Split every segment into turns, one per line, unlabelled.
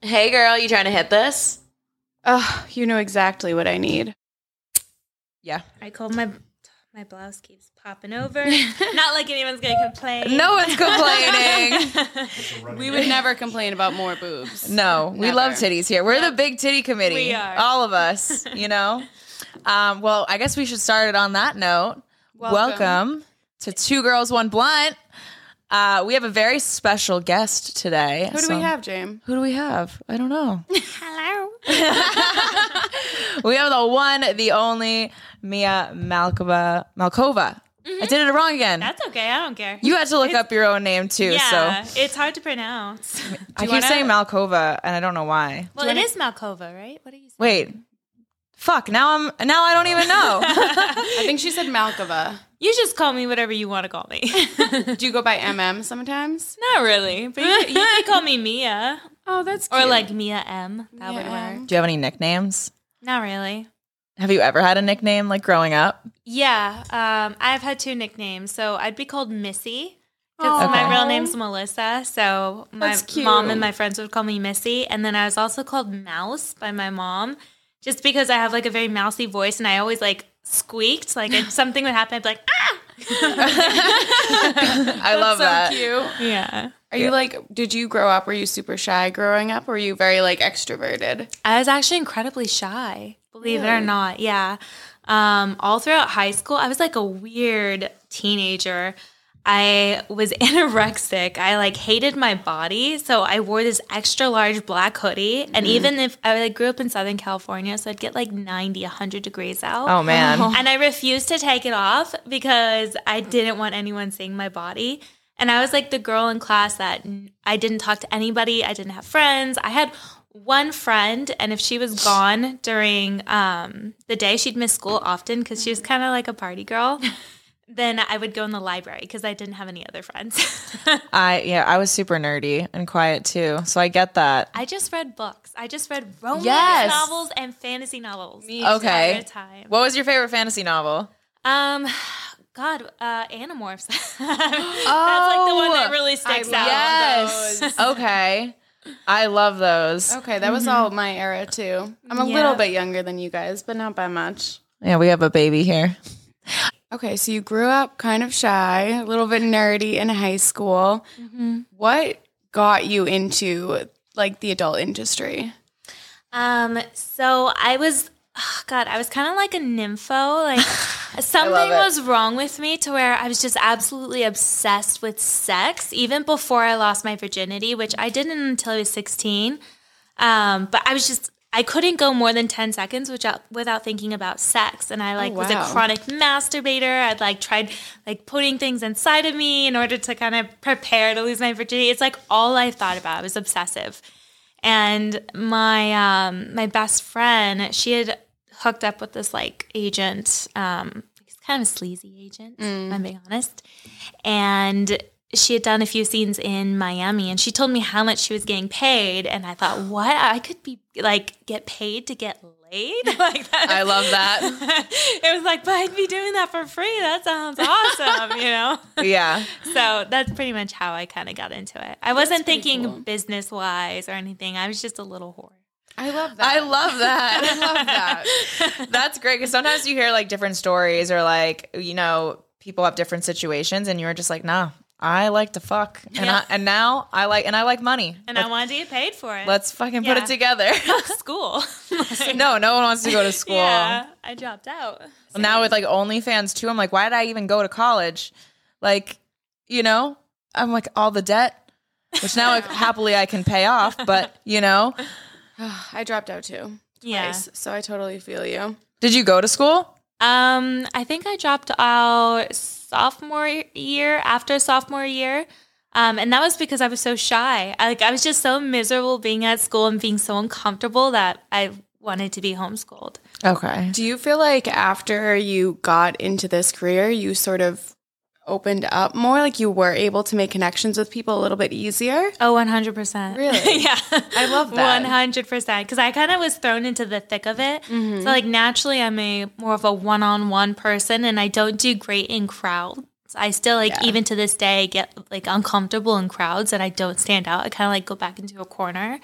Hey girl, you trying to hit this?
Oh, you know exactly what I need.
Yeah.
I called my my blouse keeps popping over. Not like anyone's gonna complain.
No one's complaining.
complaining.
we would never complain about more boobs.
No, we love
Never.
titties here. We're the big titty committee.
We are.
All of us, you know? um, well, I guess we should start it on that note. Welcome,
Welcome.
to Two Girls, One Blunt. Uh, we have a very special guest today.
Who do
so-
we have, James?
Who do we have? I don't know.
Hello.
we have the one, the only Mia Malkova. Malkova. I did it wrong again.
That's okay. I don't care.
you had to look up your own name too,
yeah,
so
it's hard to pronounce.
I keep
wanna-
saying Malkova, and I don't know why.
Well, it is Malkova, right? What are you saying?
Wait. Fuck. Now I'm now I don't even know.
I think she said Malkova.
You just call me whatever you want to call me.
Do you go by MM sometimes?
Not really, but you, you can call me Mia
Oh, that's
or
cute.
like Mia M. That would
Yeah.
work.
Do you have any nicknames?
Not really.
Have you ever had a nickname like growing up?
Yeah, um, I've had two nicknames. So I'd be called Missy because
Aw.
Oh, my real name's Melissa. So my
That's cute.
mom and my friends would call me Missy, and then I was also called Mouse by my mom, just because I have like a very mousy voice, and I always like squeaked. Like if something would happen, I'd be like, ah,
I love
so
that.
cute.
yeah.
Are you like? Did you grow up? Were you super shy growing up? Or were you very like extroverted?
I was actually incredibly shy, believe it or
Really?
not. Yeah. Um, all throughout high school, I was like a weird teenager. I was anorexic. I like hated my body, so I wore this extra large black hoodie.
Mm-hmm.
And even if I like grew up in Southern California, so I'd get like 90, 100 degrees out.
Oh man.
And I refused to take it off because I didn't want anyone seeing my body. And I was like the girl in class that n- I didn't talk to anybody. I didn't have friends. I had one friend, and if she was gone during um, the day, she'd miss school often because she was
Mm.
kind of like a party girl. then I would go in the library because I didn't have any other friends.
I yeah, I was super nerdy and quiet too. So I get that.
I just read books. I just read romance
Yes.
novels and fantasy novels. Me
Okay.
Time.
What was your favorite fantasy novel?
Um, God, uh, Animorphs. That's like the one that really sticks out.
Yes. okay. I love those.
Okay, that was all my era too. I'm a
Yeah.
little bit younger than you guys, but not by much.
Yeah, we have a baby here.
Okay, so you grew up kind of shy, a little bit nerdy in high school. Mm-hmm. What got you into like the adult industry?
Um, so I was, oh God, I was kind of like a nympho. Like something
it.
was wrong with me to where I was just absolutely obsessed with sex, even before I lost my virginity, which I didn't until I was 16. Um, but I was just, I couldn't go more than 10 seconds without, without thinking about sex. And I like was a
wow.
chronic masturbator. I'd like tried like putting things inside of me in order to kind of prepare to lose my virginity. It's like all I thought about. I was obsessive and my um my best friend she had hooked up with this like agent um he's kind of a sleazy agent if i'm being honest and she had done a few scenes in miami and she told me how much she was getting paid and i thought what i could be like get paid to get laid like that
I love that.
it was like but i'd be doing that for free that sounds awesome you know
yeah.
so that's pretty much how I kind of got into it. I wasn't
pretty
thinking
cool.
business wise or anything. I was just a little whore.
I love that.
I love that. I love that. That's great because sometimes you hear like different stories or like you know people have different situations and you're just like nah I like to fuck and
Yeah.
I, and now I like and I like money
And I wanted to get paid for it.
let's fucking put
Yeah.
it together
school.
no no one wants to go to school
Yeah, I dropped out.
now with like OnlyFans too I'm like why did I even go to college like you know I'm like all the debt which now like, happily I can pay off but you know
I dropped out too.
Yeah.
Nice. So I totally feel you.
did you go to school
Um, I think I dropped out sophomore year after sophomore year. Um, and that was because I was so shy. I, like I was just so miserable being at school and being so uncomfortable that I wanted to be homeschooled.
okay
Do you feel like after you got into this career, you sort of opened up more? Like you were able to make connections with people a little bit easier?
Oh, 100%.
Really?
yeah. I
love that.
100%. Because I kind of was thrown into the thick of it.
Mm-hmm.
So, like, naturally, I'm a more of a one on one person and I don't do great in crowds. I still, like, even to this day, get like uncomfortable in crowds and I don't stand out. I kind of like go back into a corner.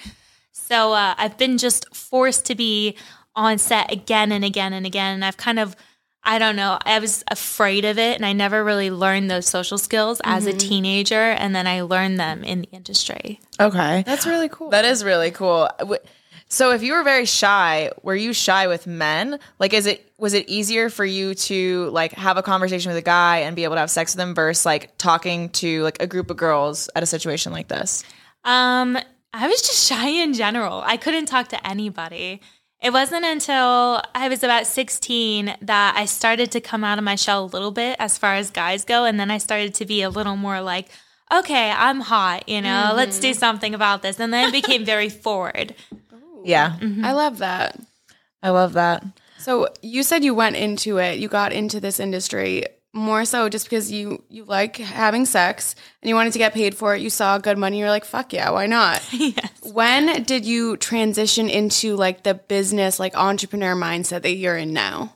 So uh, I've been just forced to be on set again and again and again. And I've kind of, I don't know, I was afraid of it. And I never really learned those social skills as a
Mm-hmm.
teenager. And then I learned them in the industry.
Okay.
That's really cool.
That is really cool. W- So if you were very shy, were you shy with men? Like is it was it easier for you to like have a conversation with a guy and be able to have sex with him versus like talking to like a group of girls at a situation like this?
Um, I was just shy in general. I couldn't talk to anybody. It wasn't until I was about 16 that I started to come out of my shell a little bit as far as guys go. And then I started to be a little more like, okay, I'm hot, you know, let's do something about this. And then I became very forward.
Yeah.
I love that.
I love that.
So you said you went into it, you got into this industry more so just because you you like having sex and you wanted to get paid for it. You saw good money, you're like, "Fuck yeah, why not?"
yes.
When did you transition into like the business like entrepreneur mindset that you're in now?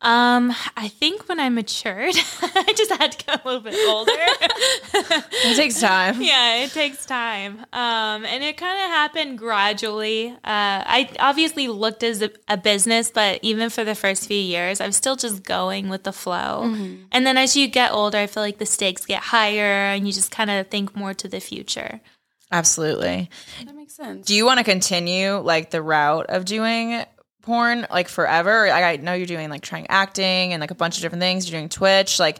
Um, I think when I matured, I just had to get a little bit older.
It takes time.
yeah, it takes time. Um, and it kind of happened gradually. Uh, I obviously looked as a, a business, but even for the first few years, I'm still just going with the flow. And then as you get older, I feel like the stakes get higher and you just kind of think more to the future.
Absolutely.
That makes sense.
Do you want to continue like the route of doing porn like forever? Like I know you're doing like trying acting and like a bunch of different things. You're doing Twitch, like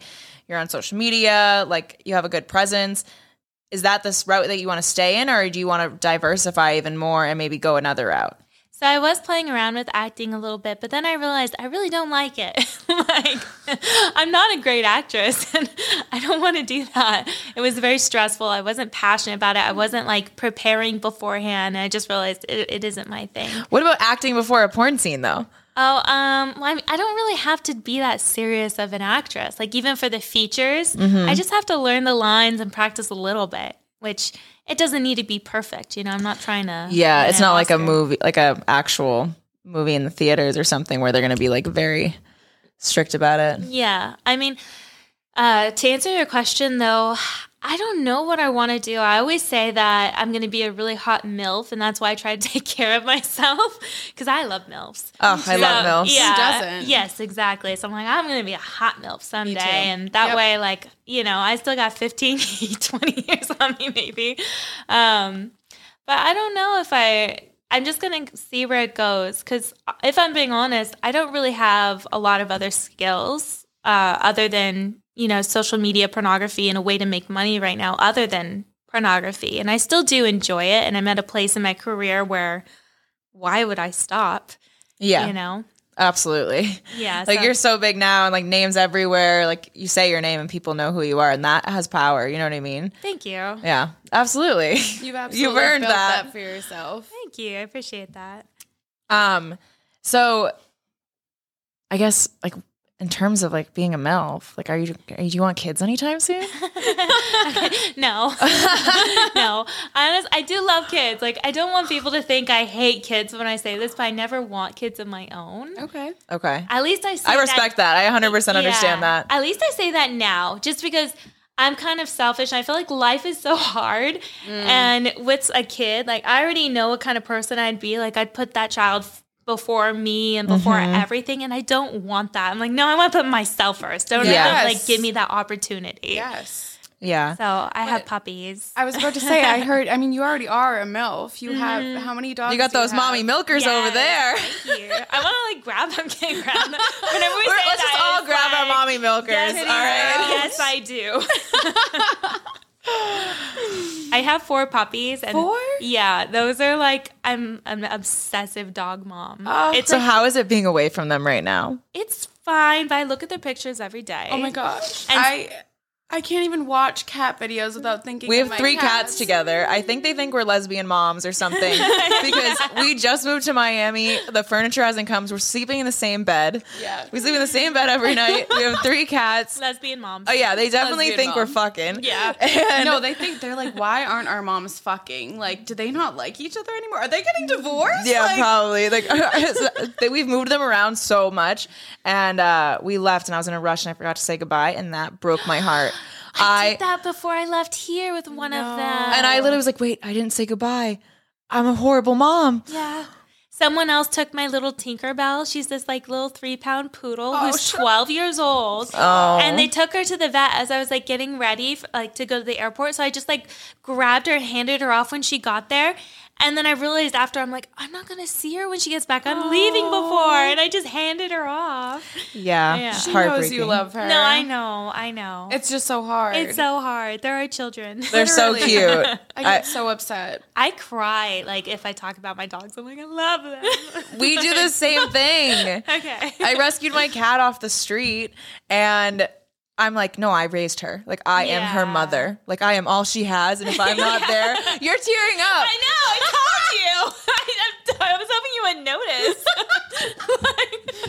you're on social media, like you have a good presence. Is that this route that you want to stay in or do you want to diversify even more and maybe go another route?
So I was playing around with acting a little bit, but then I realized I really don't like it. like I'm not a great actress and I don't want to do that. It was very stressful. I wasn't passionate about it. I wasn't like preparing beforehand. I just realized it, it isn't my thing.
What about acting before a porn scene though?
Oh, um, well, I'm, I don't really have to be that serious of an actress. Like even for the features,
Mm-hmm.
I just have to learn the lines and practice a little bit, which it doesn't need to be perfect. You know, I'm not trying to.
Yeah,
win
it's
an
not like a
Oscar.
movie, like a actual movie in the theaters or something where they're going to be like very strict about it.
Yeah. I mean, uh, to answer your question, though, I don't know what I want to do. I always say that I'm going to be a really hot MILF, and that's why I try to take care of myself because I love MILFs.
Oh, I love
So,
MILFs.
Yeah.
doesn't?
Yes, exactly. So I'm like, I'm going to be a hot MILF someday.
too.
And that
Yep.
way, like, you know, I still got 15, 20 years on me, maybe. Um, but I don't know if I. I'm just gonna see where it goes because if I'm being honest, I don't really have a lot of other skills uh, other than you know social media, pornography, and a way to make money right now other than pornography. And I still do enjoy it, and I'm at a place in my career where why would I stop?
Yeah,
You know,
absolutely.
yeah.
like
so-
you're so big now and like names everywhere like you say your name and people know who you are and that has power you know what i mean
Thank you.
yeah absolutely
You've
You've earned
built
that.
for yourself.
Thank you. I appreciate that.
um so i guess like in terms of like being a MILF, like are you do you want kids anytime soon
No, no. Honest, I do love kids. Like, I don't want people to think I hate kids when I say this, but I never want kids of my own.
Okay.
okay
At least I. Say
Oh. i respect that, i 100% understand
Yeah.
that
At least I say that now, just because I'm kind of selfish. And I feel like life is so hard,
Mm.
and with a kid, like I already know what kind of person I'd be. Like I'd put that child. f- Before me and before
Mm-hmm.
everything, and I don't want that. I'm like, no, I want to put myself first. Don't
Yes.
let them, like give me that opportunity.
Yes.
yeah
So I have puppies.
I was about to say I heard I mean you already are a MILF. You have how many dogs?
Mm-hmm. you got
do
those
have?
mommy milkers
Yes,
over there
Thank you. I want to like grab them, can grab them. Whenever we
We're-
say
let's
that,
just all
it's
grab our
like,
mommy milkers
Yes,
all right
yes, I do. I have four puppies and
Four?
Yeah, those are like I'm I'm an obsessive dog mom. it's
so how is it being away from them right now
it's fine, but I look at their pictures every day.
Oh my gosh.
And-
I I can't even watch cat videos without thinking
We
of
have
my
three cats.
cats
together. I think they think we're lesbian moms or something because we just moved to Miami. The furniture hasn't come. We're sleeping in the same bed.
Yeah.
We sleep in the same bed every night. We have three cats.
Lesbian moms.
Oh yeah, they definitely
Lesbian
think we're
mom.
fucking.
Yeah.
And
No, they think they're like, why aren't our moms fucking? Like, do they not like each other anymore? Are they getting divorced?
yeah,
Like-
probably. Like they- we've moved them around so much, and uh, we left, and I was in a rush, and I forgot to say goodbye, and that broke my heart.
I
I
did that before I left here with one of them.
and I literally was like, wait, I didn't say goodbye. I'm a horrible mom.
Yeah. Someone else took my little Tinkerbell. She's this like little three pound poodle who's
sh-
12 years old.
Oh.
And they took her to the vet as I was like getting ready for, like to go to the airport. So I just like grabbed her and handed her off when she got there. And then I realized after I'm like, I'm not going to see her when she gets back. I'm leaving before. And I just handed her off.
Yeah,
Yeah.
it's
She
She knows
heartbreaking.
you love her.
No, I know. I know. It's,
It's just so hard.
so hard. There are children.
They're so
Literally.
cute.
I
I-
get so upset.
I cry like if I talk about my dogs. I'm like, I love them.
we do the same thing.
okay.
I rescued my cat off the street and I'm like, no, I raised her. Like I am her
Yeah.
mother. Like I am all she has. And if I'm not there, you're tearing up.
I know. I told you. I, I was hoping you would notice.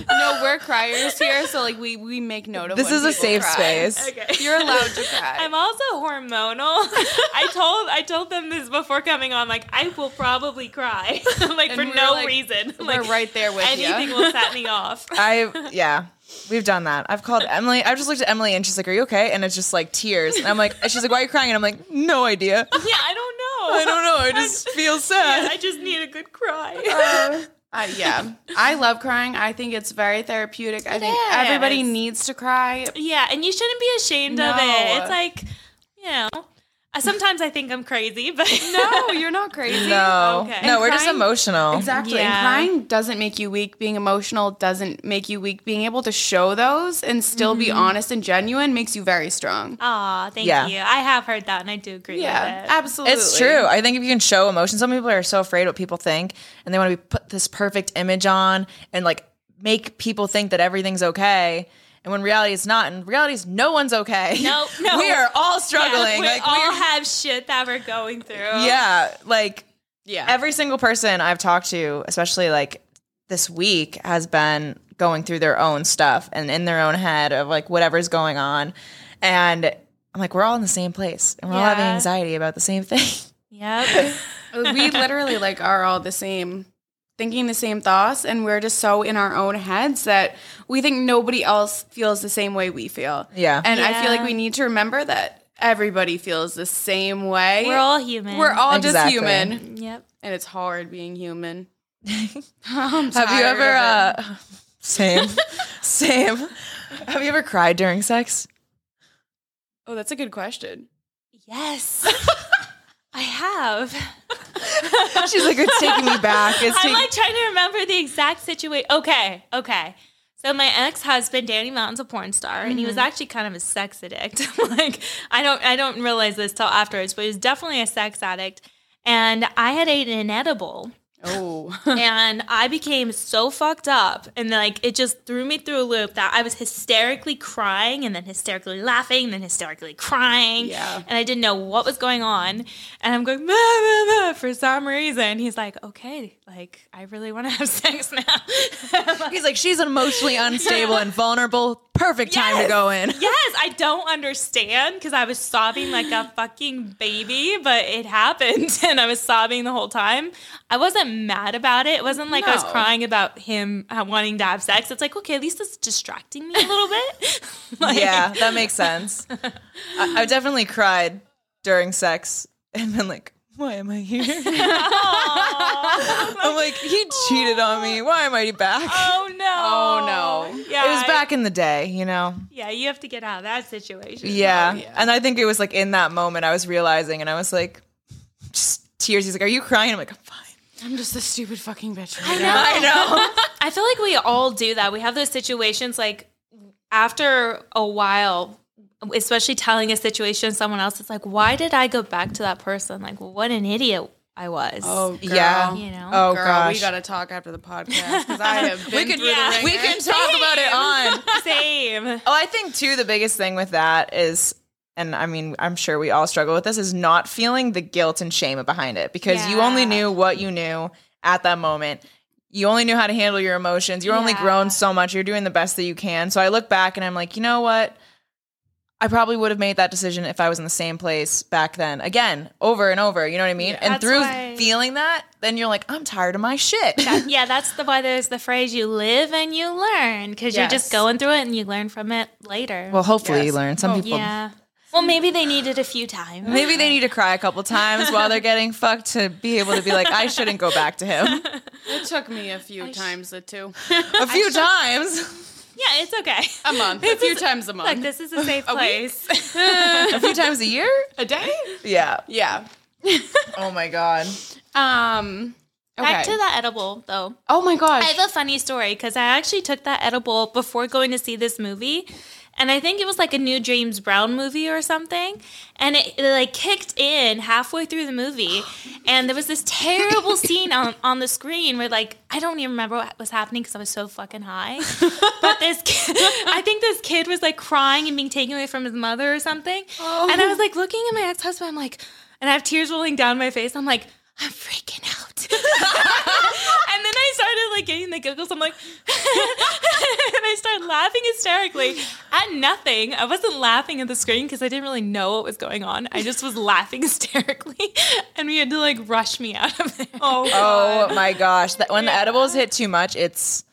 No, we're criers here, so like we we make note of.
This
when
is a
people
safe
cry.
space.
okay.
You're allowed to cry.
I'm also hormonal. I told I told them this before coming on. Like I will probably cry, like for
we're
no
like-
reason.
we're
Like,
right there with you.
Anything will set me off.
I yeah, we've done that. I've called Emily. I've just looked at Emily and she's like, "Are you okay?" And it's just like tears. And I'm like, and she's like, "Why are you crying?" And I'm like, "No idea.
Yeah, I don't know.
I don't know. I just feel sad."
I just need a good cry.
Uh, yeah, I love crying. I think it's very therapeutic. I think everybody
is.
needs to cry.
Yeah, and you shouldn't be ashamed of
No.
it. It's like, you know, uh, sometimes I think I'm crazy, but
No, Oh, you're not crazy.
No,
Okay.
no, we're
And
just
crying-
emotional.
Exactly.
Yeah.
And crying doesn't make you weak. Being emotional doesn't make you weak. Being able to show those and still be
Mm-hmm.
honest and genuine makes you very strong.
Aw, thank
Yeah.
you. I have heard that, and I do agree
Yeah,
with it.
absolutely.
It's true. I think if you can show emotion, some people are so afraid what people think, and they want to be put this perfect image on and like make people think that everything's okay. And when reality is not, and reality is no one's okay.
No, no.
we are all
Yeah,
struggling.
we
like
all
we're,
have shit that we're going through.
yeah, like
Yeah.
every single person I've talked to, especially like this week, has been going through their own stuff and in their own head of like whatever's going on. And I'm like, we're all in the same place and we're all having
Yeah.
anxiety about the same thing.
Yep.
we literally like are all the same thinking the same thoughts and we're just so in our own heads that we think nobody else feels the same way we feel
Yeah.
and i feel like
Yeah.
we need to remember that everybody feels the same way
We're all human.
we're all just
Exactly.
human
Yep.
and it's hard being human I'm
Have you
tired
ever
of
uh same same have you ever cried during sex?
it. oh that's a good question
Yes. I have.
She's like it's taking me back. It's
I'm
taking
like trying to remember the exact situation. Okay, okay. So my ex-husband Danny Mountain's a porn star, and he was actually kind of a sex addict. like I don't, I don't realize this till afterwards, but he was definitely a sex addict. And I had eaten an edible,
oh
and I became so fucked up, and like it just threw me through a loop that I was hysterically crying, and then hysterically laughing, and then hysterically crying,
Yeah.
and I didn't know what was going on. And I'm going, "Meh, meh, meh," for some reason. He's like, okay, like, I really want to have sex now. I'm like,
He's like she's emotionally unstable and vulnerable. Perfect time to
Yes.
go in.
yes, I don't understand because I was sobbing like a fucking baby, but it happened and I was sobbing the whole time. I wasn't mad about it. It wasn't like I was
No.
crying about him uh, wanting to have sex. It's like, okay, at least it's distracting me a little bit. Like-
yeah, that makes sense. I, I've definitely cried during sex and been like, why am I here? I'm like, he cheated on me. Why am I back?
Oh no.
Oh, no.
Yeah.
It was
I-
back in the day, you know?
Yeah, you have to get out of that situation.
Yeah.
yeah.
And I think it was like in that moment I was realizing and I was like, just tears. He's like, are you crying? I'm like, I'm fine.
i'm just a stupid fucking bitch right
I
now.
know. I know. I feel like we all do that. We have those situations like after a while, especially telling a situation to someone else, it's like, why did I go back to that person? Like, what an idiot I was.
oh girl.
Yeah.
You know?
Oh,
girl
gosh.
we gotta talk after the podcast because i have been
could-
through the
yeah,
we
ringer.
can talk about it on.
Same.
Oh, I think too the biggest thing with that is and I mean, I'm sure we all struggle with this is not feeling the guilt and shame behind it because you only
Yeah.
knew what you knew at that moment. You only knew how to handle your emotions. You're only
Yeah.
grown so much. You're doing the best that you can. So I look back and I'm like, you know what? I probably would have made that decision if I was in the same place back then. Again, over and over. You know what I mean? and
That's
through
why-
feeling that, then you're like, I'm tired of my shit.
Yeah, that's the why there's the phrase you live and you learn because you're
Yes.
just going through it and you learn from it later.
well, hopefully you
Yes.
learn. Some
Oh,
people
yeah. Well, maybe they need it a few times.
Maybe they need to cry a couple times while they're getting fucked to be able to be like, I shouldn't go back to him.
It took me a few times,
uh,
the two.
A few times.
Yeah, it's okay.
A month. A few times a month.
Look, this is a safe place.
A few times a year?
a day?
Yeah.
Yeah.
Oh my God.
Um okay.
Back to the edible, though.
oh my
I
gosh.
have a funny story because I actually took that edible before going to see this movie. And I think it was like a new James Brown movie or something. And it, it, like kicked in halfway through the movie. And there was this terrible scene on, on the screen where like, I don't even remember what was happening because I was so fucking high. But this kid, I think this kid was like crying and being taken away from his mother or something. And I was like looking at my ex-husband, I'm like, and I have tears rolling down my face. I'm like, I'm freaking out. And then I started like getting the giggles. I'm like, and I started laughing hysterically at nothing. I wasn't laughing at the screen because I didn't really know what was going on. I just was laughing hysterically, and we had to like rush me out of there. Oh,
Oh my gosh. That, when the edibles hit too much, it's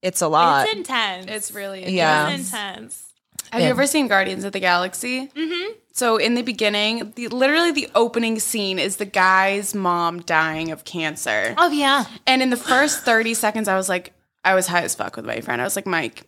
it's a lot.
it's intense. It's,
It's really
yeah.
intense.
Have you ever seen Guardians of the Galaxy? Mm-hmm. So in the beginning, the, literally the opening scene is the guy's mom dying of cancer.
Oh yeah,
And in the first 30 seconds, I was like, I was high as fuck with my friend. I was like, Mike,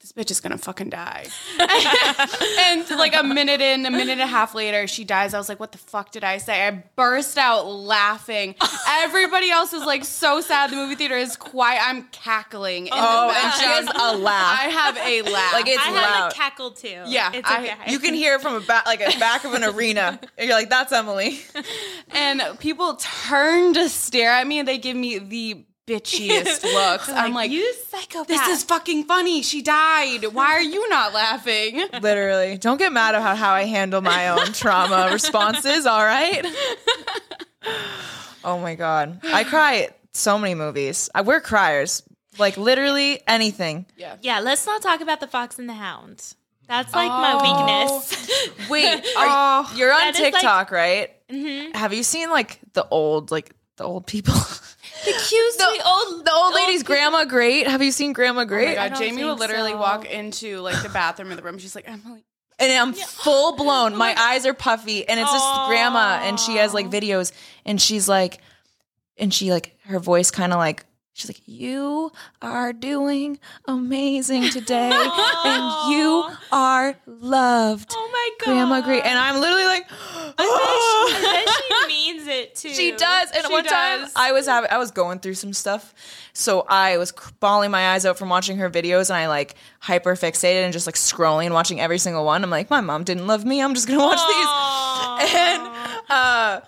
this bitch is gonna fucking die. and like a minute in, a minute and a half later, she dies. I was like, what the fuck did I say? I burst out laughing. Everybody else is like so sad. The movie theater is quiet. I'm cackling. In
Oh,
the
and she has
background.
a laugh.
I have a laugh.
Like, it's-
I
loud.
have a cackle too.
Yeah,
it's
I-
okay.
You can hear it from a back, like a back of an arena. And you're like, that's Emily.
and people turn to stare at me and they give me the bitchiest looks. I'm like,
you psychopath.
this is fucking funny. She died. Why are you not laughing?
Literally. Don't get mad about how I handle my own trauma responses, all right? Oh my God. I cry at so many movies. I, we're criers. Like literally anything.
yeah. Let's not talk about the Fox and the Hound. That's like
Oh.
my weakness.
Wait, are, you- Oh, you're on
That is like-
TikTok, right? Have you seen like the old, like the old people?
Accused Oh, the old
the old lady's grandma great. Have you seen grandma great?
God,
don't
Jamie will
think
literally
so.
walk into like the bathroom of the room. She's like, Emily.
and I'm full blown. My eyes are puffy, and it's just grandma, and she has like videos, and she's like, and she like her voice kind of like. She's like, you are doing amazing today, and you are loved,
Oh my god,
Grandma Great. And I'm literally like,
I bet she means it too.
She does. And
She
one time
does.
I was having, I was going through some stuff. So I was cr- bawling my eyes out from watching her videos and I like hyper fixated and just like scrolling and watching every single one. I'm like, my mom didn't love me. I'm just going to watch these. And uh,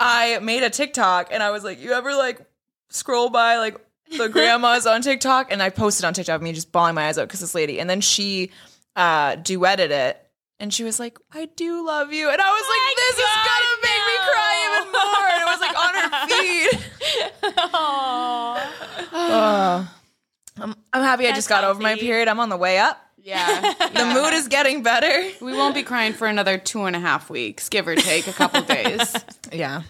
I made a TikTok and I was like, you ever like scroll by like the grandmas on TikTok? And I posted on TikTok me just bawling my eyes out because this lady. And then she uh, duetted it. And she was like, I do love you. And I was like, this is
God,
gonna make me cry even
no.
more. And it was like on her feet. Ugh. I'm, I'm happy I just got over my
healthy.
period. I'm on the way up.
Yeah.
The mood is getting better.
we won't be crying for another two and a half weeks, give or take a couple days.
Yeah.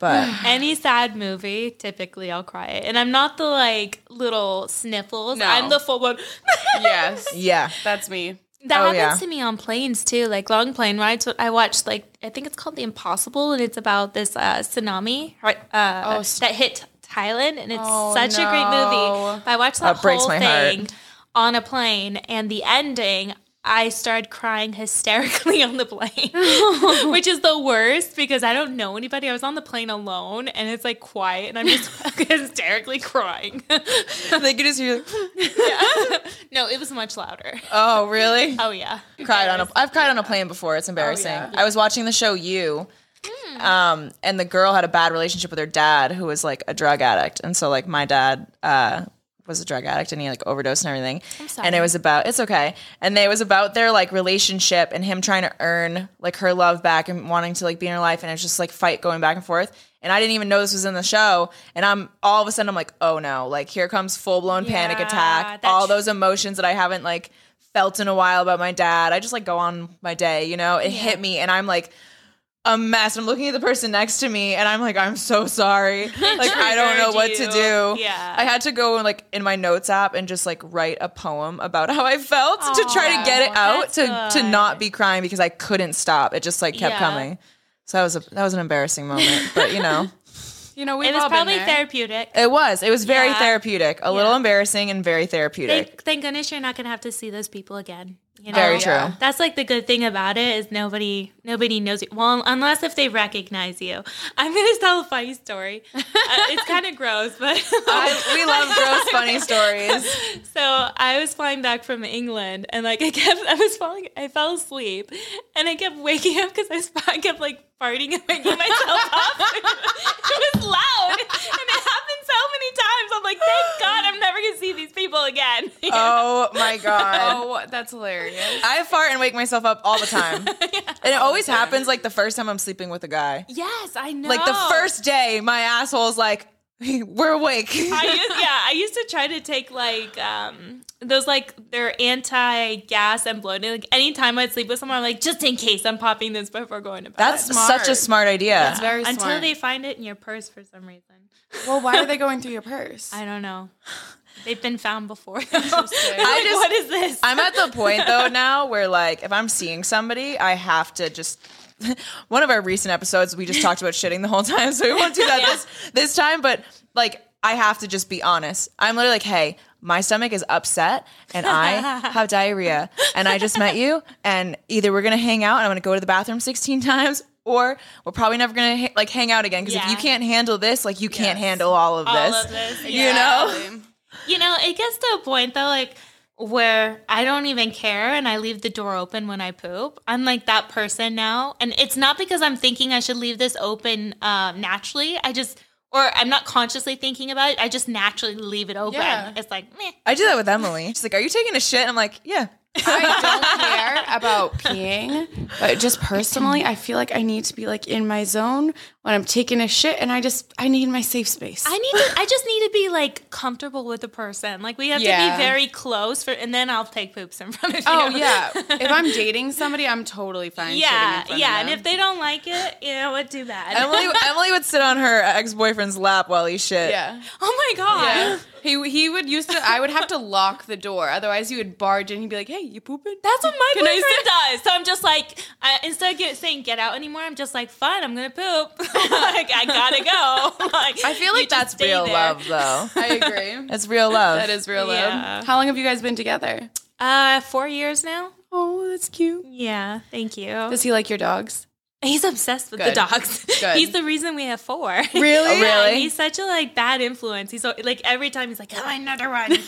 But
Any sad movie, typically I'll cry it. And I'm not the like little sniffles.
No.
I'm the full one.
Yes.
yeah.
That's me.
That
Oh,
happens
yeah.
to me on planes too, like long plane rides. I watched like I think it's called The Impossible, and it's about this uh, tsunami right,
Oh,
uh,
s-
that hit Thailand, and it's
Oh,
such a great
no.
movie. But I watched that
That breaks
whole
my heart.
thing on a plane, and the ending. I started crying hysterically on the plane, which is the worst because I don't know anybody. I was on the plane alone and it's like quiet and I'm just hysterically crying.
they could just hear like,
no, it was much louder.
oh, really?
Oh, yeah.
cried on a I've cried on a plane before. It's embarrassing. I was watching the show You. Um, and the girl had a bad relationship with her dad who was like a drug addict. And so like my dad uh was a drug addict and he like overdosed and everything. And it was about it's okay. And it was about their like relationship and him trying to earn like her love back and wanting to like be in her life and it's just like fight going back and forth. And I didn't even know this was in the show. And I'm all of a sudden I'm like, oh no, like here comes full blown panic
Yeah,
attack.
that
All
tr-
those emotions that I haven't like felt in a while about my dad. I just like go on my day, you know? It hit me and I'm like a mess. I'm looking at the person next to me and I'm like, I'm so sorry. Like, I don't know what to
Triggered you.
do.
Yeah.
I had to go and like in my notes app and just like write a poem about how I felt to try to get it out
that's
to, to
good.
not be crying because I couldn't stop. It just like kept
Yeah.
coming. So that was a that was an embarrassing moment, but you know,
You know, we've
It was
all
probably
been there.
therapeutic.
it was. It was very
Yeah.
therapeutic, a little
Yeah.
embarrassing and very therapeutic.
Thank, thank goodness you're not going to have to see those people again. You know?
Very true.
That's like the good thing about it is nobody nobody knows you. Well, unless if they recognize you. I'm going to tell a funny story. Uh, it's kind of gross, but
I- we love gross funny stories.
so I was flying back from England, and like I kept, I was falling, I fell asleep, and I kept waking up because I, was- I kept like farting and waking myself up. it was loud, and it happened so many times. I'm like, thank God, I'm never gonna see these people again.
Oh my god.
Oh, that's hilarious.
I fart and wake myself up all the time. And it always happens like the first time I'm sleeping with a guy.
Yes, I know.
Like the first day, my asshole's like, we're awake.
I used, yeah, I used to try to take like um those like they're anti gas and bloating. Like anytime I'd sleep with someone, I'm like, just in case I'm popping this before going to bed.
That's
That's
such a
smart.
smart idea.
That's very
until
smart.
they find it in your purse for some reason.
well, why are they going through your purse?
I don't know. They've been found before. I'm like,
I just-
what is this?
I'm at the point though now where like if I'm seeing somebody, I have to just. One of our recent episodes, we just talked about shitting the whole time, so we won't do that
Yeah.
this this time. But like, I have to just be honest. I'm literally like, hey, my stomach is upset, and I have diarrhea, and I just met you, and either we're gonna hang out, and I'm gonna go to the bathroom 16 times. Or we're probably never gonna ha- like hang out again because if
Yeah.
you can't handle this, like you can't handle all of
all
this.
of this.
You
yeah.
know,
You know, it gets to a point though, like where I don't even care and I leave the door open when I poop. I'm like that person now. And it's not because I'm thinking I should leave this open um, naturally. I just, or I'm not consciously thinking about it. I just naturally leave it open.
Yeah.
It's like, meh.
I do that with Emily. She's like, "Are you taking a shit?" I'm like, "Yeah."
I don't care about peeing, but just personally, I feel like I need to be like in my zone when I'm taking a shit, and I just I need my safe space.
I need to, I just need to be like comfortable with the person. Like we have
Yeah.
to be very close for, and then I'll take poops in front of you.
oh yeah, if I'm dating somebody, I'm totally fine.
Yeah,
shitting in front of
yeah, and
them.
if they don't like it, you know what? Too bad.
Emily Emily would sit on her ex boyfriend's lap while he shit.
yeah.
oh my god.
Yeah. He, he would used to. I would have to lock the door, otherwise he would barge in. He'd be like, "Hey, you pooping?"
That's what my
Can I
boyfriend does. So I'm just like, I, instead of get, saying get out anymore, I'm just like, fun. I'm gonna poop. like I gotta go. Like
I feel
you
like
just
that's
stay
real
there.
love though.
I agree.
That's real love.
that is real love.
Yeah.
How long have you guys been together?
Uh, four years now.
Oh, that's cute.
Yeah, thank you.
Does he like your dogs?
he's obsessed with
Good.
the dogs.
Good.
He's the reason we have four.
Really?
Yeah,
Really?
He's such a like bad influence. He's so, like every time he's like, oh, another one. Like,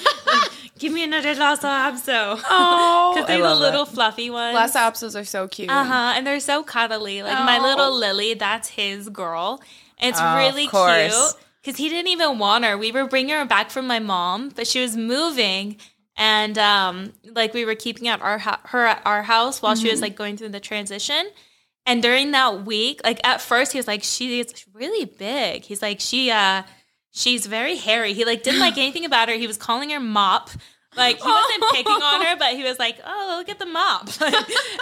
Give me another Lhasa Apso.
Oh,
because
I
they're the
love that.
little fluffy ones.
Lhasa Apsos are so cute.
Uh huh. And they're so cuddly. Like my
Oh.
little Lily, that's his girl. It's
Oh, of
really cute
course.
because he didn't even want her. We were bringing her back from my mom, but she was moving, and um, like we were keeping at our ho- her at our house while she was like going through the transition. And during that week, like at first, he was like, she is really big. He's like, she uh, she's very hairy. He like didn't like anything about her. He was calling her mop. Like he wasn't picking on her, but he was like, "Oh, look at the mop."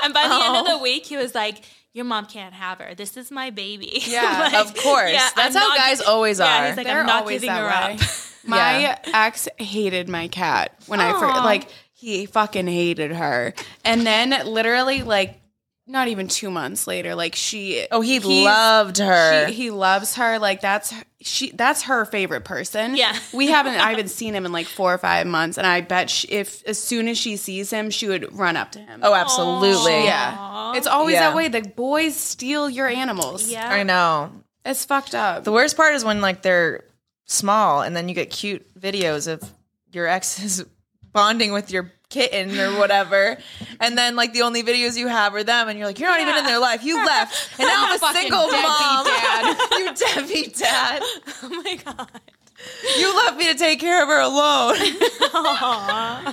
and by the end of the
Oh.
week, he was like, "Your mom can't have her. This is my baby."
Yeah,
Like,
of course.
yeah,
That's
I'm
how
not
guys
gi-
always
Yeah,
are.
he's like,
They're
"I'm not
always
giving
that
her
way.
up."
My
Yeah.
ex hated my cat when I
Aw.
first, like, he fucking hated her. And then, literally, like, not even two months later, like, she.
oh, he
he's-
loved her.
She, he loves her. Like that's her- she. That's her favorite person.
Yeah.
we haven't. I haven't seen him in like four or five months, and I bet she, if as soon as she sees him, she would run up to him.
oh, absolutely.
yeah. It's always
Yeah.
that way. The boys steal your animals.
Yeah,
I know.
it's fucked up.
The worst part is when like they're small and then you get cute videos of your exes bonding with your kitten or whatever. And then like the only videos you have are them and you're like, You're not even in their life. You left. And now I'm a
Fucking
single
deadbeat
mom. you deadbeat dad.
Oh my god.
You left me to take care of her alone.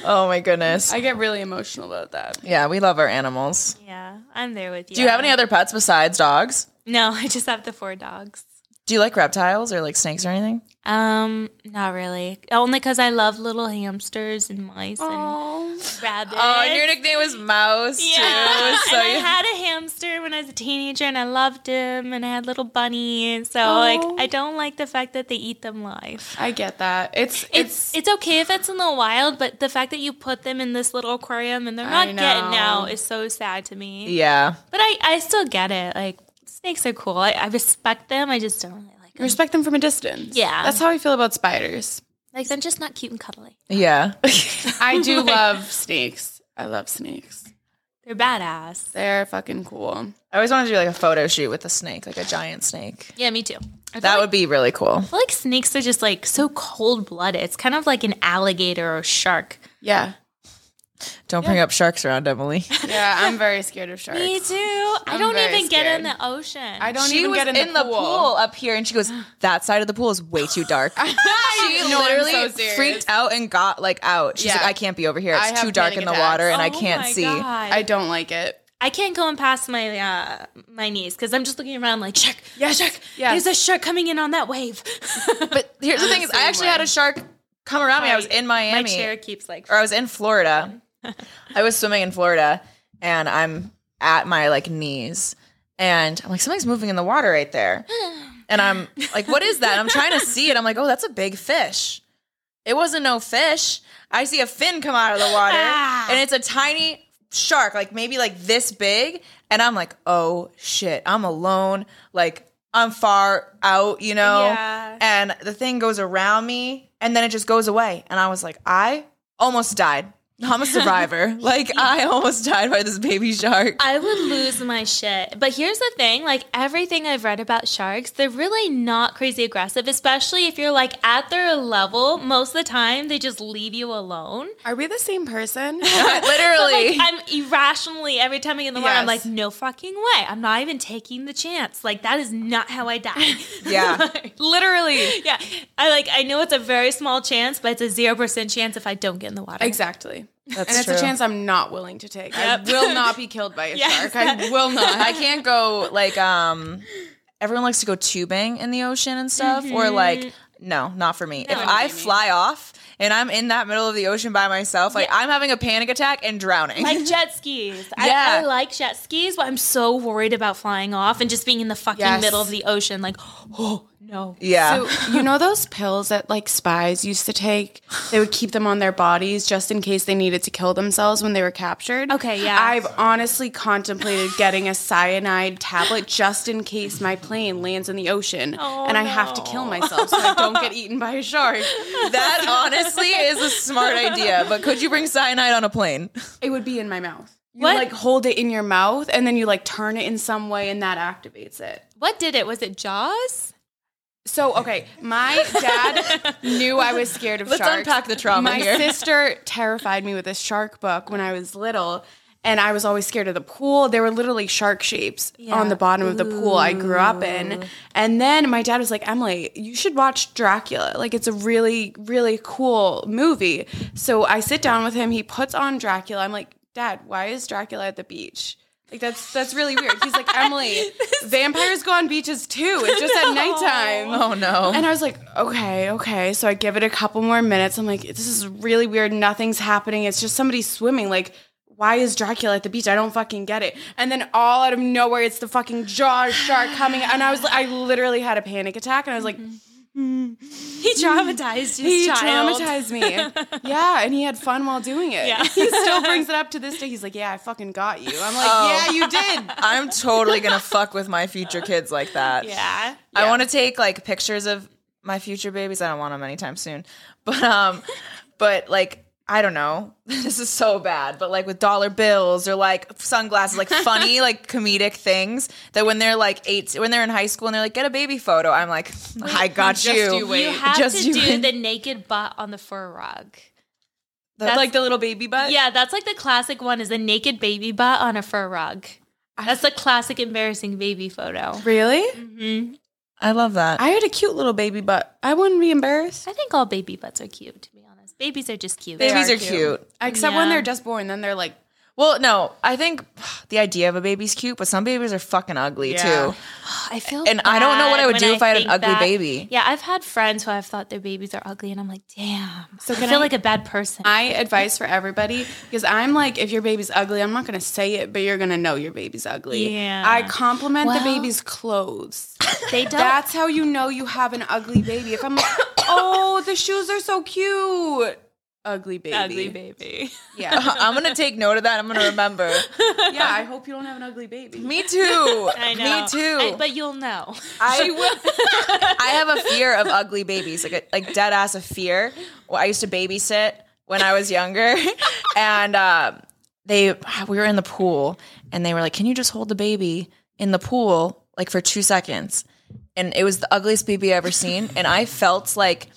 oh my goodness.
I get really emotional about that.
Yeah, we love our animals.
Yeah, I'm there with you.
Do you have any other pets besides dogs?
No, I just have the four dogs.
Do you like reptiles or like snakes or anything?
Um, not really. Only because I love little hamsters and mice and rabbits.
Oh, and your nickname was Mouse
yeah.
too. So
and I
you-
had a hamster when I was a teenager, and I loved him, and I had little bunnies. So, like, I don't like the fact that they eat them live.
I get that. It's
It's
it's,
it's okay if it's in the wild, but the fact that you put them in this little aquarium and they're
I
not getting
know.
out is so sad to me.
yeah.
But I I still get it. Like snakes are cool. I, I respect them. I just don't really like them.
respect them from a distance.
Yeah.
That's how I feel about spiders.
Like they're just not cute and cuddly.
Yeah.
I do love snakes. I love snakes.
They're badass.
They're fucking cool.
I always wanted to do like a photo shoot with a snake, like a giant snake.
Yeah, me too. I
That
feel
would be really cool.
I feel like snakes are just like so cold blooded. It's kind of like an alligator or shark.
Yeah.
Don't bring up sharks around Emily.
Yeah, I'm very scared of sharks.
Me too. I
I'm
don't
very
even get in
scared.
the ocean.
I don't
she
even
was
get in, the, pool.
up here, and she goes, "That side of the pool is way too dark." she
No, I'm
literally
so serious.
freaked out and got like out. She's
Yeah.
like, "I can't be over here.
I
It's
have
too dark
panic
in the
attacks.
water, and I
Oh
can't
my
see."
God.
I don't like it.
I can't go and pass my uh, my knees because I'm just looking around like shark.
Yes,
shark.
yes.
There's a shark coming in on that wave.
But here's the thing: is I
Same
actually
way.
had a shark come around me. I was
My-
in Miami.
My chair keeps like.
or I was in Florida. I was swimming in Florida and I'm at my like knees and I'm like something's moving in the water right there. And I'm like what is that? And I'm trying to see it. I'm like, "Oh, that's a big fish." It wasn't no fish. I see a fin come out of the water
Ah.
and it's a tiny shark, like maybe like this big, and I'm like, "Oh shit, I'm alone." Like I'm far out, you know?
Yeah.
and the thing goes around me and then it just goes away and i was like i almost died i'm a survivor like i almost died by this baby shark
I would lose my shit. But here's the thing like, everything I've read about sharks, they're really not crazy aggressive, especially if you're like at their level. Most of the time, they just leave you alone.
Are we the same person?
literally
Like, I'm irrationally, every time I get in the water, I'm
Yes.
like, no fucking way. I'm not even taking the chance. Like, that is not how I die.
yeah
Literally. Yeah. I like, I know it's a very small chance, but it's a 0% chance if I don't get in the water.
exactly.
That's
and it's
true.
a chance I'm not willing to take.
Yep.
I will not be killed by a
Yes.
shark. I will not.
i can't go like um everyone likes to go tubing in the ocean and stuff
Mm-hmm.
or like no not for me if i fly off and i'm in that middle of the ocean by myself like i'm having a panic attack and drowning
like jet skis.
Yeah.
I, I like jet skis, but I'm so worried about flying off and just being in the fucking
Yes.
middle of the ocean. Like, oh no.
yeah
So, you know those pills that like spies used to take? They would keep them on their bodies just in case they needed to kill themselves when they were captured.
Okay, yeah.
I've honestly contemplated getting a cyanide tablet just in case my plane lands in the ocean
Oh,
and I have to kill myself so I don't get eaten by a shark.
that honestly is a smart idea but could you bring cyanide on a plane
It would be in my mouth. You
What?
like hold it in your mouth and then you like turn it in some way and that activates it.
What did it? Was it Jaws?
So okay, my dad knew I was scared of
Let's
sharks.
unpack the trauma
my
here.
sister terrified me with a shark book when I was little, and I was always scared of the pool. There were literally shark shapes on the bottom of the pool I grew up in. And then my dad was like, "Emily, you should watch Dracula. Like it's a really really cool movie." So I sit down with him. He puts on Dracula. I'm like, "Dad, why is Dracula at the beach?" Like that's that's really weird. He's like, "Emily, vampires go on beaches too. It's just at nighttime."
oh no
And I was like, okay, okay. So I give it a couple more minutes. I'm like, this is really weird. Nothing's happening. It's just somebody swimming. Like, why is Dracula at the beach? I don't fucking get it. And then all out of nowhere, it's the fucking jaw shark coming. And I was, I literally had a panic attack. And I was like,
Mm-hmm.
He traumatized his
he
child.
traumatized me. yeah, and he had fun while doing it.
Yeah.
He still brings it up to this day. He's like, yeah, I fucking got you. I'm
Oh.
like, yeah, you did.
I'm totally gonna fuck with my future kids like that.
Yeah.
I want to take like pictures of my future babies. I don't want them anytime soon, but um, but like I don't know. this is so bad. But like with dollar bills or like sunglasses, like funny, like comedic things that when they're like eight, when they're in high school and they're like, get a baby photo. I'm like, I got you.
you wait.
You have
Just
to
you
do
and-
the naked butt on the fur rug.
The- like the little baby
Uh,
butt.
Yeah, that's like the classic one is the naked baby butt on a fur rug. That's the classic embarrassing baby photo.
Really?
Mm-hmm. I love that.
I had a cute little baby, but I wouldn't be embarrassed.
I think all baby butts are cute, to be honest. Babies are just cute.
Babies
are
are
cute.
cute.
Except when
Yeah.
they're just born, then they're like
Well, no, I think the idea of a baby's cute, but some babies are fucking ugly
Yeah.
too.
I feel
And I don't know what
bad
I would
when
do if I had an
think
ugly baby.
Yeah, I've had friends who I've thought their babies are ugly, and I'm like, damn, so I
can
feel
I-
like a bad person.
My advice for everybody because I'm like, if your baby's ugly, I'm not gonna say it, but you're gonna know your baby's ugly.
Yeah.
I compliment the
Well- Oh.
baby's clothes.
they don't.
That's how you know you have an ugly baby. If I'm like, oh, the shoes are so cute. Ugly baby.
ugly baby.
Yeah.
I'm gonna take note of that. I'm gonna remember.
yeah. I hope you don't have an ugly baby.
Me too.
I know.
Me too.
I- but you'll know.
I I have a fear of ugly babies, like a, like dead ass a fear. Well, I used to babysit when I was younger, and um, they we were in the pool, and they were like, "Can you just hold the baby in the pool like for two seconds?" And it was the ugliest baby I ever seen, and I felt like.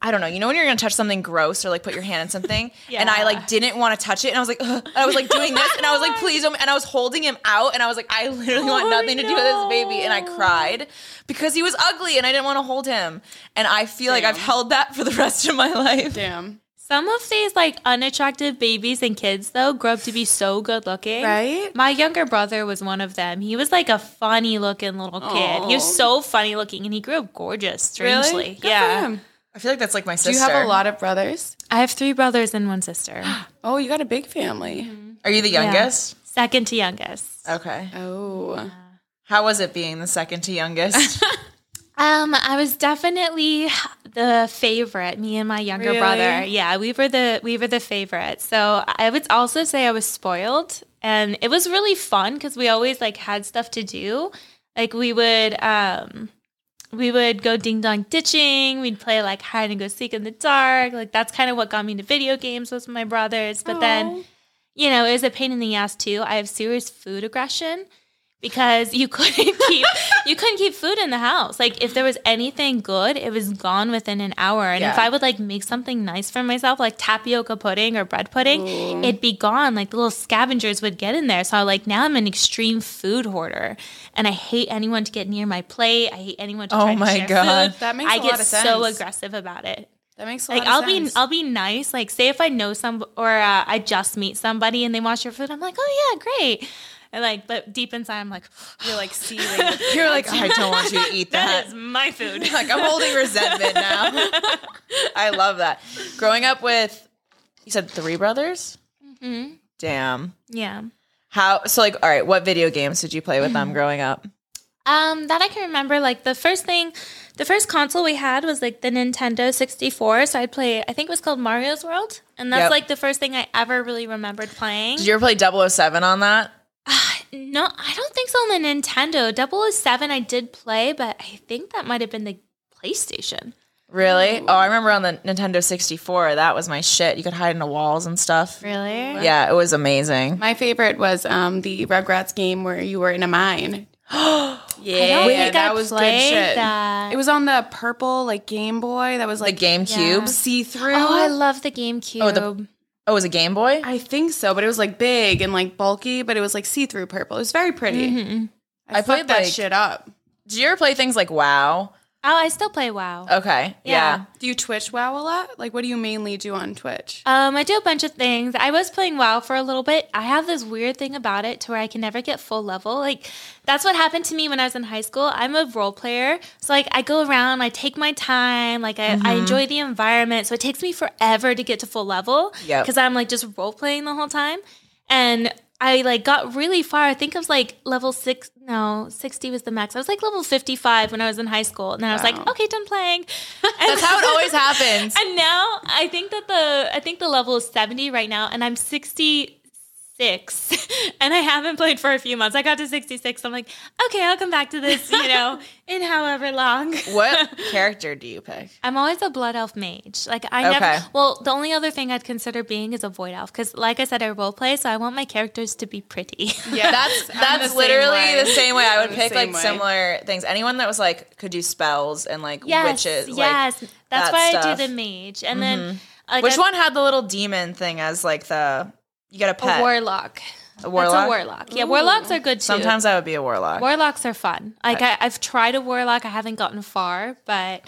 I don't know. You know when you're gonna touch something gross or like put your hand in something, and I
Yeah.
like didn't want to touch it, and I was like, Ugh. And I was like doing this, and I was like, please don't. And I was holding him out, and I was like, I literally want
Oh,
nothing to do with this
no.
baby, and I cried because he was ugly and I didn't want to hold him. And I feel like I've held that for the rest of my life.
Damn.
Some of these like unattractive babies and kids though grow up to be so good looking.
Right?
My younger brother was one of them. He was like a funny looking little kid. He
Aw.
was so funny looking and he grew up gorgeous, strangely.
Really? Good for
yeah.
him.
I feel like that's like my
Do
sister.
you have a lot of brothers?
I have three brothers and one sister.
Oh, you got a big family.
Mm-hmm.
Are you the youngest?
Second to youngest.
Okay.
Oh.
How was it being the second to youngest?
Um, I was definitely the favorite. Me and my younger
Really?
brother. Yeah, we were the we were the favorite. So I would also say I was spoiled, and it was really fun because we always like had stuff to do. Like we would um, we would go ding dong ditching. We'd play like hide and go seek in the dark. Like that's kind of what got me into video games was my brothers. But then you know, it was a pain in the ass too. I have serious food aggression because you couldn't keep you couldn't keep food in the house. Like if there was anything good, it was gone within an hour. And if
Yeah.
I would like make something nice for myself, like tapioca pudding or bread pudding, it'd be gone. Like the little scavengers would get in there. So like now I'm an extreme food hoarder, and I hate anyone to get near my plate. I hate anyone to
Oh
try to
my
share
God.
food.
That makes
Uh, I
a
get
lot of
so
sense.
aggressive about it
That makes a
like
lot
I'll
of
be
sense.
I'll be nice. Like say if I know some or uh, I just meet somebody and they want your food, I'm like, oh yeah, great. And like, but deep inside, I'm like,
You're like seething.
You're like, I don't want you to eat
that
that.
is my food.
like I'm holding resentment now. I love that. Growing up with you said three brothers? Mm-hmm. Damn.
yeah.
How so like all right, what video games did you play with them growing up?
Um, that I can remember. Like the first thing, the first console we had was like the Nintendo 64. So I'd play. I think it was called Mario's World, and that's
Yep.
like the first thing I ever really remembered playing.
Did you ever play 007 on that?
No, I don't think so on the Nintendo. 007 I did play, but I think that might have been the PlayStation.
Really? Oh, I remember on the Nintendo 64, that was my shit. You could hide in the walls and stuff.
Really?
Yeah, it was amazing.
My favorite was um, the Rugrats game where you were in a mine. yeah,
don't think
that
I
was good
played
shit.
that.
It was on the purple like Game Boy. That was
The
like
Game Cubes.
see through.
Oh, I love the GameCube.
the- Oh, it was a Game Boy?
I think so, but it was like big and like bulky, but it was like see through purple. It was very pretty. I,
Mm-hmm. I played,
played that
like-
shit up.
Did you ever play things like WoW?
oh, I still play WoW.
Okay. Yeah.
Yeah.
Do you Twitch WoW a lot? Like, what do you mainly do on Twitch?
Um, I do a bunch of things. I was playing WoW for a little bit. I have this weird thing about it to where I can never get full level. Like that's what happened to me when I was in high school. I'm a role player, so like I go around, I take my time, like I,
Mm-hmm.
I enjoy the environment. So it takes me forever to get to full level
Yep.
because I'm like just role playing the whole time. And I like got really far. I think I was like level six. No, sixty was the max. I was like level fifty-five when I was in high school, and then I was like, okay, done playing.
That's how it always happens.
And now I think that the I think the level is 70 right now, and I'm 66, and I haven't played for a few months. I got to 66. I'm like, okay, I'll come back to this, you know, in however long.
what character do you pick?
I'm always a blood elf mage. Like I
Okay.
never. Well, the only other thing I'd consider being is a void elf because, like I said, I role play, so I want my characters to be pretty.
Yeah,
That's
I'm
that's
the
literally
same way.
the same way I
I'm
would
the
pick like
same way.
similar things. Anyone that was like could do spells and like
yes,
witches. Like,
yes. That's
that
why I
stuff. Mm-hmm.
do the mage, and then like
which
I-
one had the little demon thing as like the you got a pet?
A warlock.
A
That's a warlock. Yeah, warlocks are good too.
Sometimes I would be a warlock.
Warlocks are fun. Like I, I've tried a warlock, I haven't gotten far, but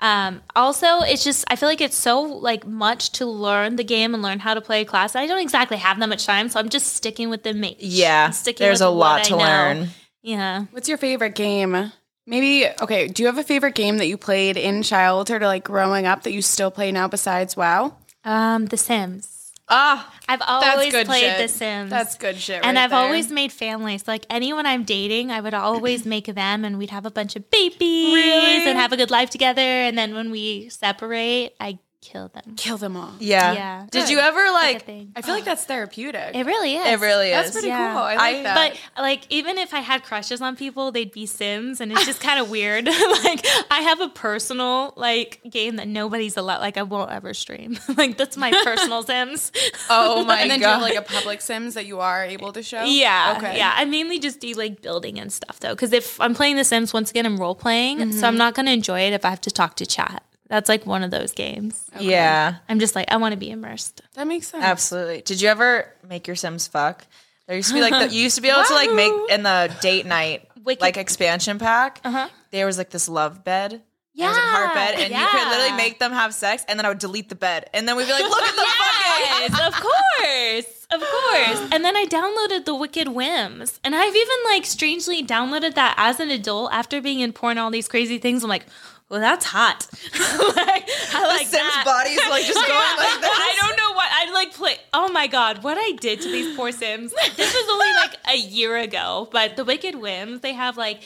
Um, also, it's just I feel like it's so like much to learn the game and learn how to play a class. I don't exactly have that much time, so I'm just sticking with the mage.
Yeah,
I'm sticking
there's
with
a
what
lot
I
to
know.
learn.
Yeah,
What's your favorite game? Maybe okay. Do you have a favorite game that you played in childhood or like growing up that you still play now besides WoW?
um, The Sims.
Ah,
I've
That's
always
good
played
shit.
The Sims.
That's good shit.
and
right
I've
there.
always made families. Like anyone I'm dating, I would always make them, and we'd have a bunch of babies and have a good life together. And then when we separate, I kill them.
kill them all.
yeah.
Yeah.
Did you ever
Like a
like?
thing.
I feel like that's therapeutic.
It really is.
It really
that's
is.
pretty
yeah.
cool. I like
I-
that.
But like, even if I had crushes on people, they'd be Sims, and it's just kind of weird. like, I have a personal like game that nobody's allowed. Like, I won't ever stream. like, that's my personal Sims.
oh my
and then do you
god!
have like a public Sims that you are able to show?
Yeah.
Okay.
Uh, Yeah. I mainly just do like building and stuff though. Cause if I'm playing The Sims, once again, I'm role playing. So
Mm-hmm.
I'm not going to enjoy it if I have to talk to chat. That's like one of those games.
Yeah,
I'm just like, I want to be immersed.
That makes sense.
absolutely. Did you ever make your Sims fuck? There used to be like the, you used to be able to like make in the date night
Wicked.
like expansion pack.
Uh-huh.
There was like this love bed. Yeah, was like heart bed, and you could literally make them have sex, and then I would delete the bed, and then we'd be like, "Look at the fucking."
Yes, of course. Of course. And then I downloaded The Wicked Whims. And I've even like strangely downloaded that as an adult after being in porn, all these crazy things. I'm like, well, that's hot. like, I like
Sims
that.
bodies like just going like this.
I don't know what I like play. Oh my god, what I did to these poor Sims. This was only like a year ago, but the Wicked Whims, they have like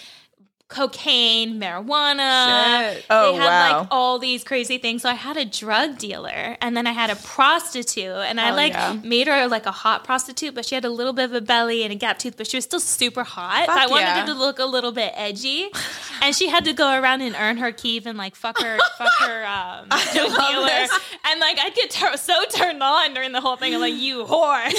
cocaine, marijuana.
Shit.
Oh,
they had
wow.
like all these crazy things. So I had a drug dealer and then I had a prostitute and I
Oh,
like
yeah.
made her like a hot prostitute, but she had a little bit of a belly and a gap tooth, but she was still super hot. so
Fuck
I wanted
yeah.
her to look a little bit edgy. and she had to go around and earn her keeve and like fuck her fuck her um drug dealer.
this.
And like I'd get tur- so turned on during the whole thing. I'm like, you whore.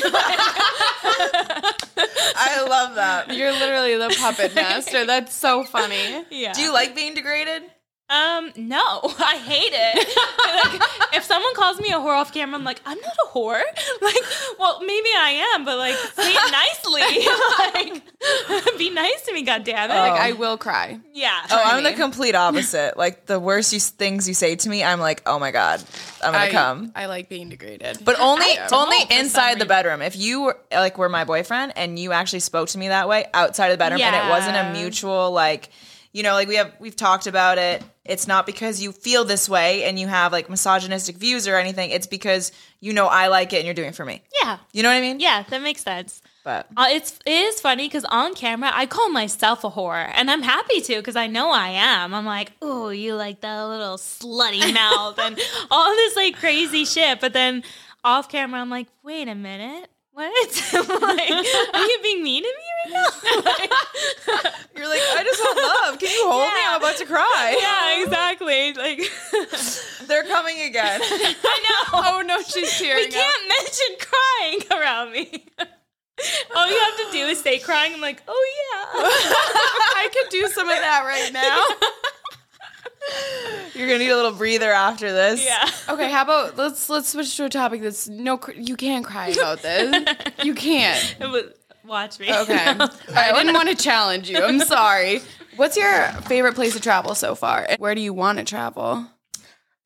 I love that.
You're literally the puppet master. That's so funny.
yeah.
Do you like being degraded?
Um, no, I hate it. like, if someone calls me a whore off camera, I'm like, I'm not a whore. Like, well, maybe I am, but like, say it nicely. like, be nice to me, goddammit.
Oh.
Like,
I will cry.
yeah.
Oh, I'm the complete opposite. Like the worst you, things you say to me, I'm like, oh my god, I'm gonna
I,
come.
I like being degraded.
But only
don't
only
for some
inside the
reason.
bedroom. If you were, like were my boyfriend and you actually spoke to me that way outside of the bedroom, and it wasn't a
Yeah.
mutual like, you know, like we have we've talked about it. It's not because you feel this way and you have like misogynistic views or anything. It's because you know I like it and you're doing it for me.
yeah.
You know what I mean?
Yeah, that makes sense.
But
Uh, it's it is funny because on camera I call myself a whore, and I'm happy to because I know I am. I'm like, oh, you like that little slutty mouth and all this like crazy shit. But then off camera, I'm like, wait a minute, what? like, are you being mean to me right now? Like,
you're like, I just want love. Can you hold me?
Yeah.
I'm about to cry.
yeah, exactly. Like,
They're coming again.
I know.
oh no, she's tearing
We can't mention crying around me. all you have to do is say crying. I'm like, oh yeah.
I could do some of that right now.
You're gonna need a little breather after this.
Yeah.
Okay, how about let's let's switch to a topic that's no cr- you can't cry about this. You can't.
It was- Watch me.
Okay. I didn't want to challenge you. I'm sorry. What's your favorite place to travel so far? And Where do you want to travel?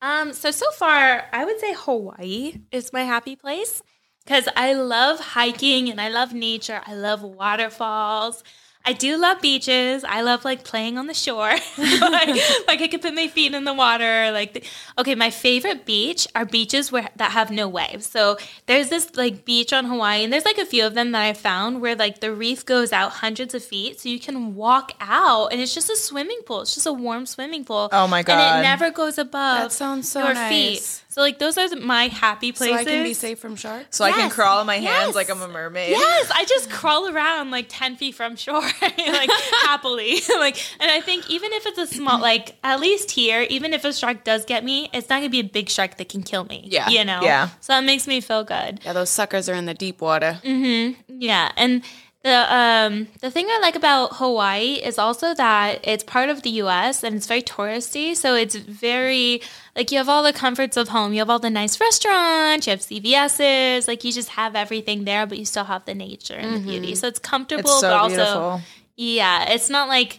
Um, so so far, I would say Hawaii is my happy place because I love hiking and I love nature. I love waterfalls. I do love beaches. I love like playing on the shore. like, like I could put my feet in the water. Like, the, okay, my favorite beach are beaches where that have no waves. So there's this like beach on Hawaii, and there's like a few of them that I found where like the reef goes out hundreds of feet, so you can walk out, and it's just a swimming pool. It's just a warm swimming pool.
Oh my God.
And it never goes above
That sounds so
your
nice.
feet. So like those are the- my happy places.
So I can be safe from sharks.
So I can
Yes.
crawl on my hands
Yes.
like I'm a mermaid.
Yes, I just crawl around like ten feet from shore, like happily. like, and I think even if it's a small, like at least here, even if a shark does get me, it's not gonna be a big shark that can kill me.
Yeah.
you know.
Yeah.
So that makes me feel good.
Yeah, those suckers are in the deep water.
Mm-hmm. Yeah, and the um the thing I like about Hawaii is also that it's part of the U.S. and it's very touristy, so it's very like you have all the comforts of home. You have all the nice restaurants, you have CVS's, like you just have everything there, but you still have the nature and the beauty. So it's comfortable,
Mm-hmm. It's so
but also
beautiful.
yeah, it's not like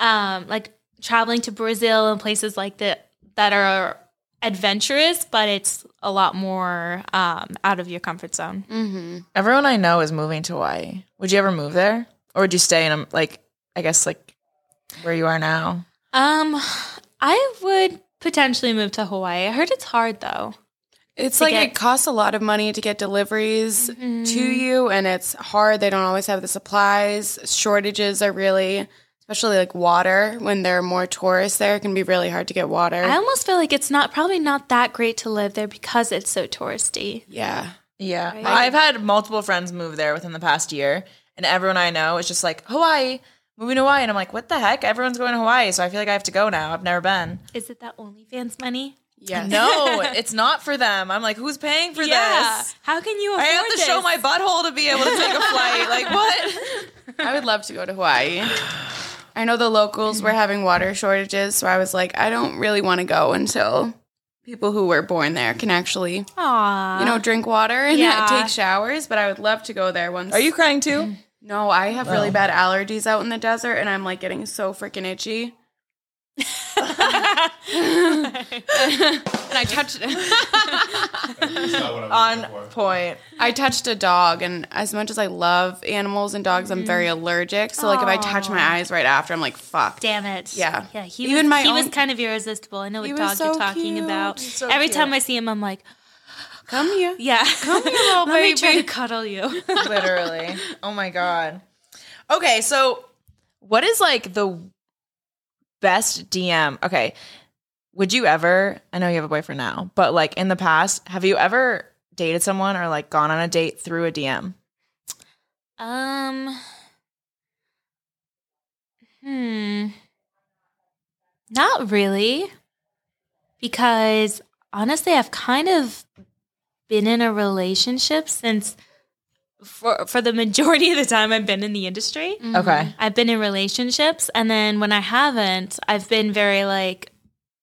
um like traveling to Brazil and places like the that are adventurous, but it's a lot more um, out of your comfort zone.
Everyone I know is moving to Hawaii. Would you ever move there, or would you stay in um, like I guess like where you are now?
Um, I would potentially move to Hawaii. I heard it's hard though.
It's
to
like
get- Mm-hmm.
it costs a lot of money to get deliveries to you, and it's hard. They don't always have the supplies. Shortages are really, especially like water, when there are more tourists there, it can be really hard to get water.
I almost feel like it's not probably not that great to live there because it's so touristy.
yeah.
Yeah, I've had multiple friends move there within the past year, and everyone I know is just like Hawaii, moving to Hawaii, and I'm like, what the heck? Everyone's going to Hawaii, so I feel like I have to go now. I've never been.
Is it that OnlyFans money?
Yes.
No, it's not for them. I'm like, who's paying for this?
How can you
I
afford
have to
this?
show my butthole to be able to take a flight. Like what?
I would love to go to Hawaii. I know the locals were having water shortages, so I was like, I don't really want to go until people who were born there can actually,
Aw.
you know, drink water and
Yeah.
take showers. But I would love to go there once.
Are you crying too?
No, I have really bad allergies out in the desert, and I'm like getting so freaking itchy. and I touched,
On point.
I touched a dog, and as much as I love animals and dogs, I'm very allergic. So like, if I touch my eyes right after, I'm like, fuck.
Damn it.
Yeah.
Yeah. He
Even
was,
my
he
own-
was kind of irresistible. I know
He
what
was
dog
so
you're talking
cute.
about.
He's so
Every
cute.
time I see him, I'm like,
Come here.
yeah.
little
Let me try to
baby.
cuddle you.
Literally. Oh my god. Okay, so what is like the best DM? Okay. Would you ever, I know you have a boyfriend now, but like in the past, have you ever dated someone or like gone on a date through a DM?
Um. Hmm. Not really. Because honestly, I've kind of been in a relationship since for for the majority of the time I've been in the industry.
Okay.
I've been in relationships and then when I haven't, I've been very like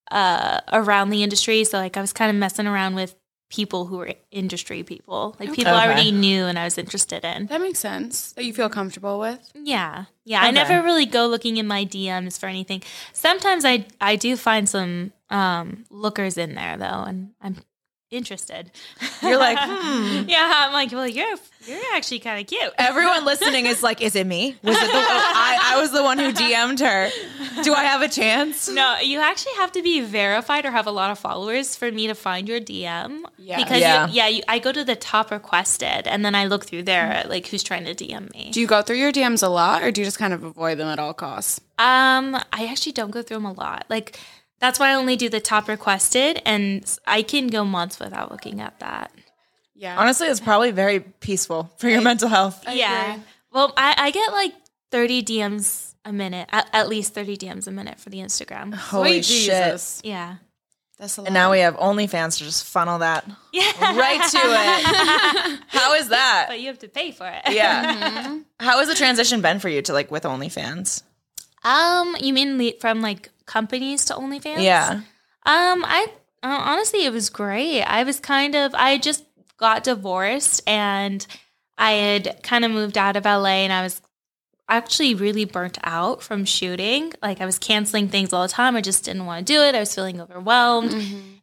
uh around the industry, so like I was kind of messing around with people who were industry people. Like people I
Okay.
already knew and I was interested in.
That makes sense. That you feel comfortable with.
Yeah. Yeah. I
Okay.
never really go looking in my DMs for anything. Sometimes I I do find some um lookers in there though and I'm interested.
You're like, hmm.
yeah, I'm like, well you're you're actually kinda cute.
Everyone listening is like, is it me? Was it the, oh, I, I was the one who DM'd her. Do I have a chance?
No, you actually have to be verified or have a lot of followers for me to find your DM.
Yeah.
Because you-
Yeah.
yeah, you, I go to the top requested and then I look through there at, like who's trying to DM me.
Do you go through your DMs a lot, or do you just kind of avoid them at all costs?
Um, I actually don't go through them a lot. Like that's why I only do the top requested, and s- I can go months without looking at that.
Yeah.
Honestly, it's probably very peaceful for your mental health.
yeah.
agree.
Well, I, I get like thirty DMs a minute, at, at least thirty DMs a minute for the Instagram.
Holy
Sweet
shit.
Jesus.
Yeah.
That's a lot.
And now we have OnlyFans to just funnel that
Yeah.
right to it. How is that?
But Mm-hmm. you have to pay for it.
Yeah. How has the transition been for you to like with OnlyFans?
Um, you mean le- from like companies to OnlyFans?
Yeah.
Um, I uh, honestly, it was great. I was kind of, I just got divorced and I had kind of moved out of LA and I was actually really burnt out from shooting. Like I was canceling things all the time. I just didn't want to do it. I was feeling overwhelmed.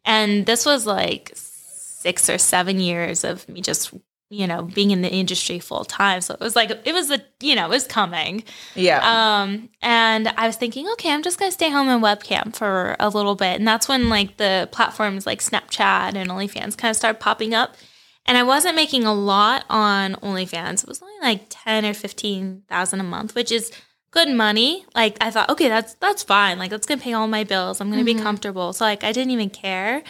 And this was like six or seven years of me just, you know, being in the industry full time. So it was like, it was the, you know, it was coming.
Yeah.
Um, and I was thinking, okay, I'm just gonna stay home and webcam for a little bit, and that's when like the platforms like Snapchat and OnlyFans kind of started popping up. And I wasn't making a lot on OnlyFans; it was only like ten or fifteen thousand a month, which is good money. Like I thought, okay, that's that's fine. Like that's gonna pay all my bills. I'm gonna
Mm-hmm.
be comfortable. So like I didn't even care.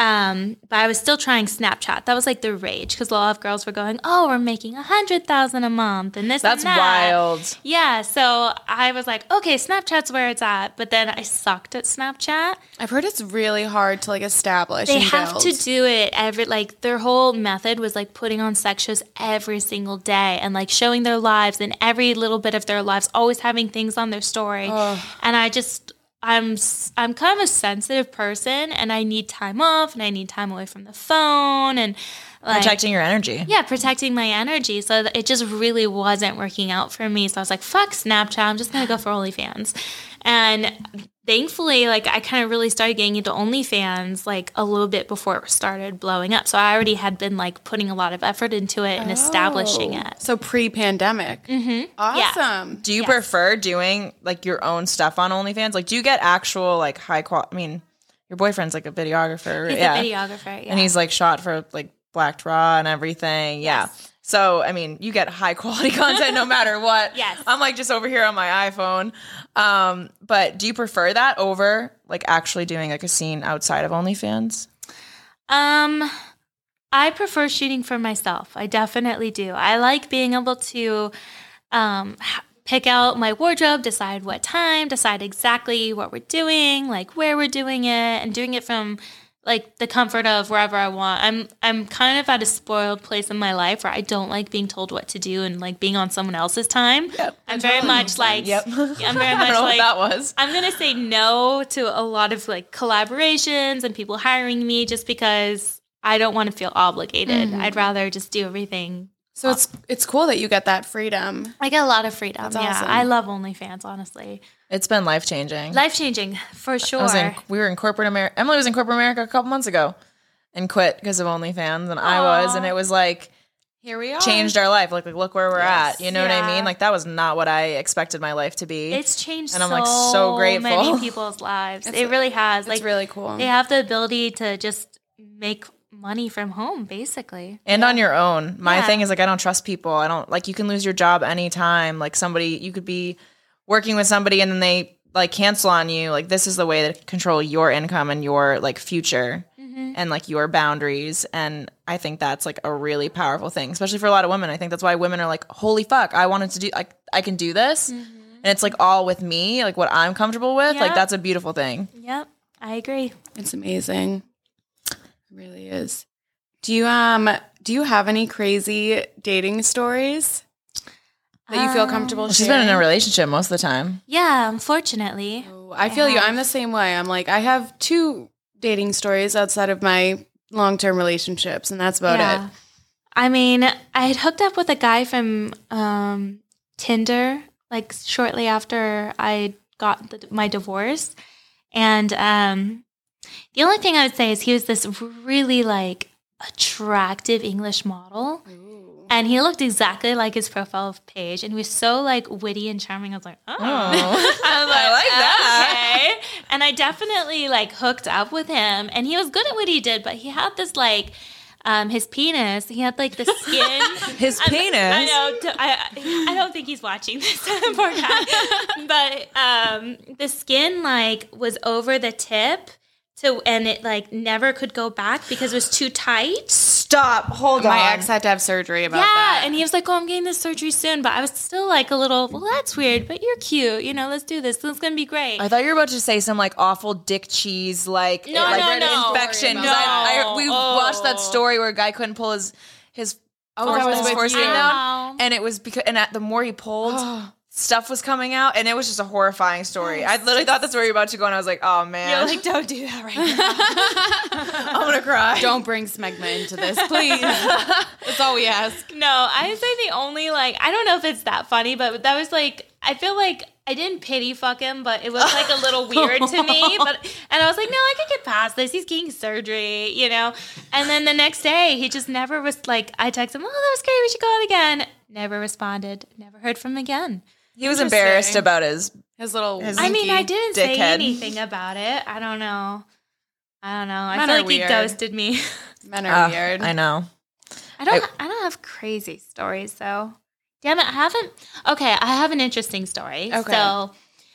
Um, but I was still trying Snapchat. That was like the rage because a lot of girls were going, "Oh, we're making a hundred thousand a month," and this.
That's
and that.
wild.
Yeah, so I was like, okay, Snapchat's where it's at, but then I sucked at Snapchat.
I've heard it's really hard to like establish.
They
and
have to
build.
do it every like their whole method was like putting on sex shows every single day and like showing their lives and every little bit of their lives, always having things on their story. And I just I'm s- I'm kind of a sensitive person and I need time off and I need time away from the phone and Like,
protecting your energy.
yeah, protecting my energy. So that it just really wasn't working out for me. So I was like, fuck Snapchat. I'm just going to go for OnlyFans. And thankfully, like, I kind of really started getting into OnlyFans like a little bit before it started blowing up. So I already had been like putting a lot of effort into it and establishing
Oh.
it.
So pre-pandemic. Mm-hmm. Awesome.
Do you prefer doing like your own stuff on OnlyFans? Like, do you get actual like high quality? I mean, your boyfriend's like a videographer,
He's
yeah,
a videographer. Yeah.
and he's like shot for like Black Draw and everything, yeah. So I mean, you get high quality content no matter what.
Yes.
I'm like just over here on my iPhone. Um, but do you prefer that over like actually doing like a scene outside of OnlyFans?
Um, I prefer shooting for myself. I definitely do. I like being able to um, h- pick out my wardrobe, decide what time, decide exactly what we're doing, like where we're doing it, and doing it from like the comfort of wherever I want. I'm I'm kind of at a spoiled place in my life where I don't like being told what to do and like being on someone else's time. I'm very much like
Yep.
I'm very
I
much
don't know
like
what that was.
I'm gonna say no to a lot of like collaborations and people hiring me just because I don't want to feel obligated.
Mm-hmm.
I'd rather just do everything.
So it's it's cool that you get that freedom.
I get a lot of freedom. yeah,
awesome.
I love OnlyFans. Honestly,
It's been life changing.
life changing for sure.
I was in, we were in corporate America. Emily was in corporate America a couple months ago and quit because of OnlyFans, and I was, and it was like
Here we are.
changed our life. Like, like look where we're at. You know what I
Yeah.
mean? Like that was not what I expected my life to be.
it's changed,
and I'm,
so
like, so grateful.
Many people's lives. it really has.
It's
like
really cool.
they have the ability to just make money from home, basically.
and on your own. My
Yeah.
thing is like I don't trust people. I don't like you can lose your job anytime. Like somebody you could be working with somebody and then they like cancel on you. Like this is the way to control your income and your like future
Mm-hmm.
and like your boundaries. And I think that's like a really powerful thing, especially for a lot of women. I think that's why women are like, holy fuck, I wanted to do like I can do this. And it's like all with me, like what I'm comfortable with. Like
Mm-hmm. Yeah.
that's a beautiful thing.
Yep, I agree.
It's amazing. It really is. Do you um do you have any crazy dating stories that you feel comfortable
She's been in a
sharing?
relationship most of the time.
Um, Yeah, unfortunately.
Oh, I feel you. I'm the same way. I'm like I have two dating stories outside of my long-term relationships and that's about it.
I mean, I had hooked up with a guy from um, Tinder like shortly after I got the, my divorce, and um, the only thing I would say is he was this really like attractive English model. And he looked exactly like his profile page, and he was so like witty and charming. I was like, oh. I, was like,
like that.
that. And I definitely like hooked up with him, and he was good at what he did, but he had this like. Um, his penis. He had like the skin.
His
I'm-
penis.
I know. t- I, I don't think he's watching this poor guy. But um, the skin like was over the tip, to and it like never could go back because it was too tight.
Stop. Hold on.
My ex had to have surgery about
Yeah,
that.
and he was like, "Oh, I'm getting this surgery soon," but I was still like a little. Well, that's weird, but you're cute. You know, let's do this. This is gonna be great.
I thought you were about to say some like awful dick cheese like
No,
like
no, no.
infection. 'Cause
No.
I, I, we
Oh.
watched that story where a guy couldn't pull his his
Oh, that was
his
with
foreskin
you.
down,
Ow.
and it was because and at, the more he pulled, stuff was coming out, and it was just a horrifying story. I literally thought that's where you were about to go, and I was like, oh man,
like, don't do that right now.
I'm gonna cry.
Don't bring smegma into this, please. that's all we ask.
No, I would say the only like I don't know if it's that funny, but that was like I feel like I didn't pity fuck him, but it was like a little weird to me. But and I was like, no, I could get past this. He's getting surgery, you know. And then the next day, he just never was like. I texted him, oh, that was great. We should go out again. Never responded. Never heard from him again.
He was embarrassed
Interesting.
about his.
His little
His-
I mean, I
Zinky
didn't say
dickhead.
anything about it. I don't know. I don't know. I
Men
feel
are
like
weird.
he ghosted me.
men are
Uh,
weird.
I know.
I don't. I, don't have crazy stories though. Damn it! I haven't. Okay, I have an interesting story.
Okay.
So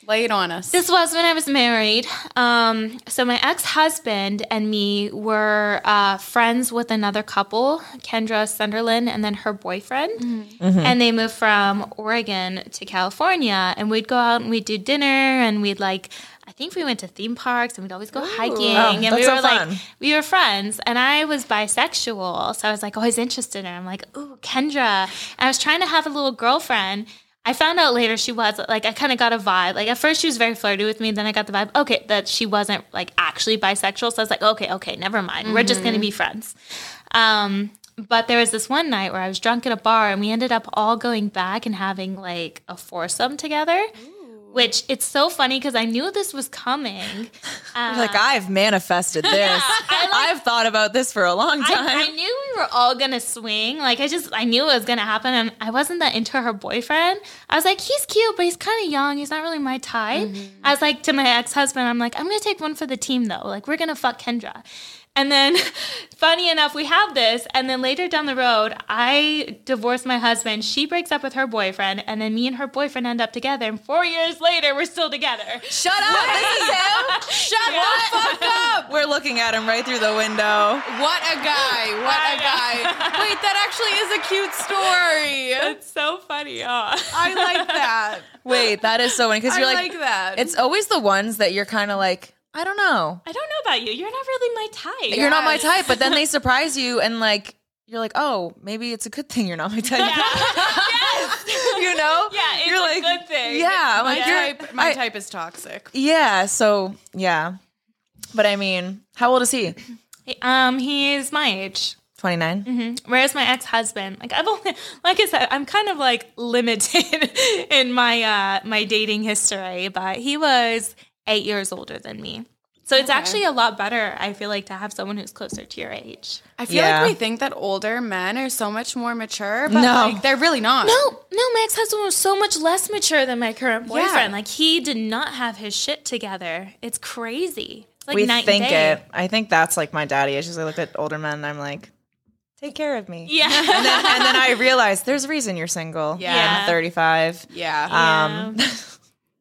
Lay it on us.
this was when I was married. Um, so my ex-husband and me were uh, friends with another couple, Kendra Sunderland, and then her boyfriend,
Mm-hmm.
and they moved from Oregon to California. And we'd go out and we'd do dinner, and we'd like. I think we went to theme parks and we'd always go hiking and
that's
we
so
were like
fun.
we were friends and I was bisexual. So I was like always interested in her. I'm like, ooh, Kendra. And I was trying to have a little girlfriend. I found out later she was like I kind of got a vibe. Like at first she was very flirty with me, then I got the vibe, okay, that she
Mm-hmm.
wasn't like actually bisexual. So I was like, okay, okay, never mind. We're just gonna be friends. Um But there was this one night where I was drunk at a bar and we ended up all going back and having like a foursome together. Which it's so funny because I knew this was coming.
You're like I've manifested this. I've thought about this for a long time.
I, I knew we were all gonna swing. Like I just I knew it was gonna happen, and I wasn't that into her boyfriend. I was like, he's cute, but he's kind of young. He's not really my type.
Mm-hmm.
I was like to my ex husband, I'm like, I'm gonna take one for the team though. Like we're gonna fuck Kendra. And then, funny enough, we have this. And then later down the road, I divorce my husband. She breaks up with her boyfriend. And then me and her boyfriend end up together. And four years later, we're still together.
Shut up! This is him. Shut the fuck up! We're looking at him right through the window.
What a guy! What a guy! Wait, that actually is a cute story.
It's so funny. Huh?
I like that.
Wait, that is so funny because
I
you're
like,
like,
that.
it's always the ones that you're kind of like, I don't know,
I don't know about you. You're not really my type.
you're not my
Yes.
type, but then they surprise you and like. You're like, oh, maybe it's a good thing you're not my type. you know?
Yeah, it's
you're
a
like,
good thing.
Yeah, I'm
my
like, you're-
type. My
I-
type is toxic.
Yeah, so yeah. But I mean, how old is he?
Um, he's my age.
29.
Mm-hmm.
Whereas my ex husband, like I've only, like I said, I'm kind of like limited in my uh my dating history, but he was eight years older than me. So it's actually a lot better, I feel like, to have someone who's closer to your age.
I feel
Yeah.
like we think that older men are so much more mature, but
No.
like they're really not.
No, no, my ex husband was so much less mature than my current boyfriend.
Yeah.
Like he did not have his shit together. It's crazy. It's like
we
night
think
and day.
it. I think that's like my daddy issues. I look at older men and I'm like, take care of me.
Yeah.
And then, and then I realize there's a reason you're single.
Yeah.
I'm 35.
Yeah.
Um,
Yeah.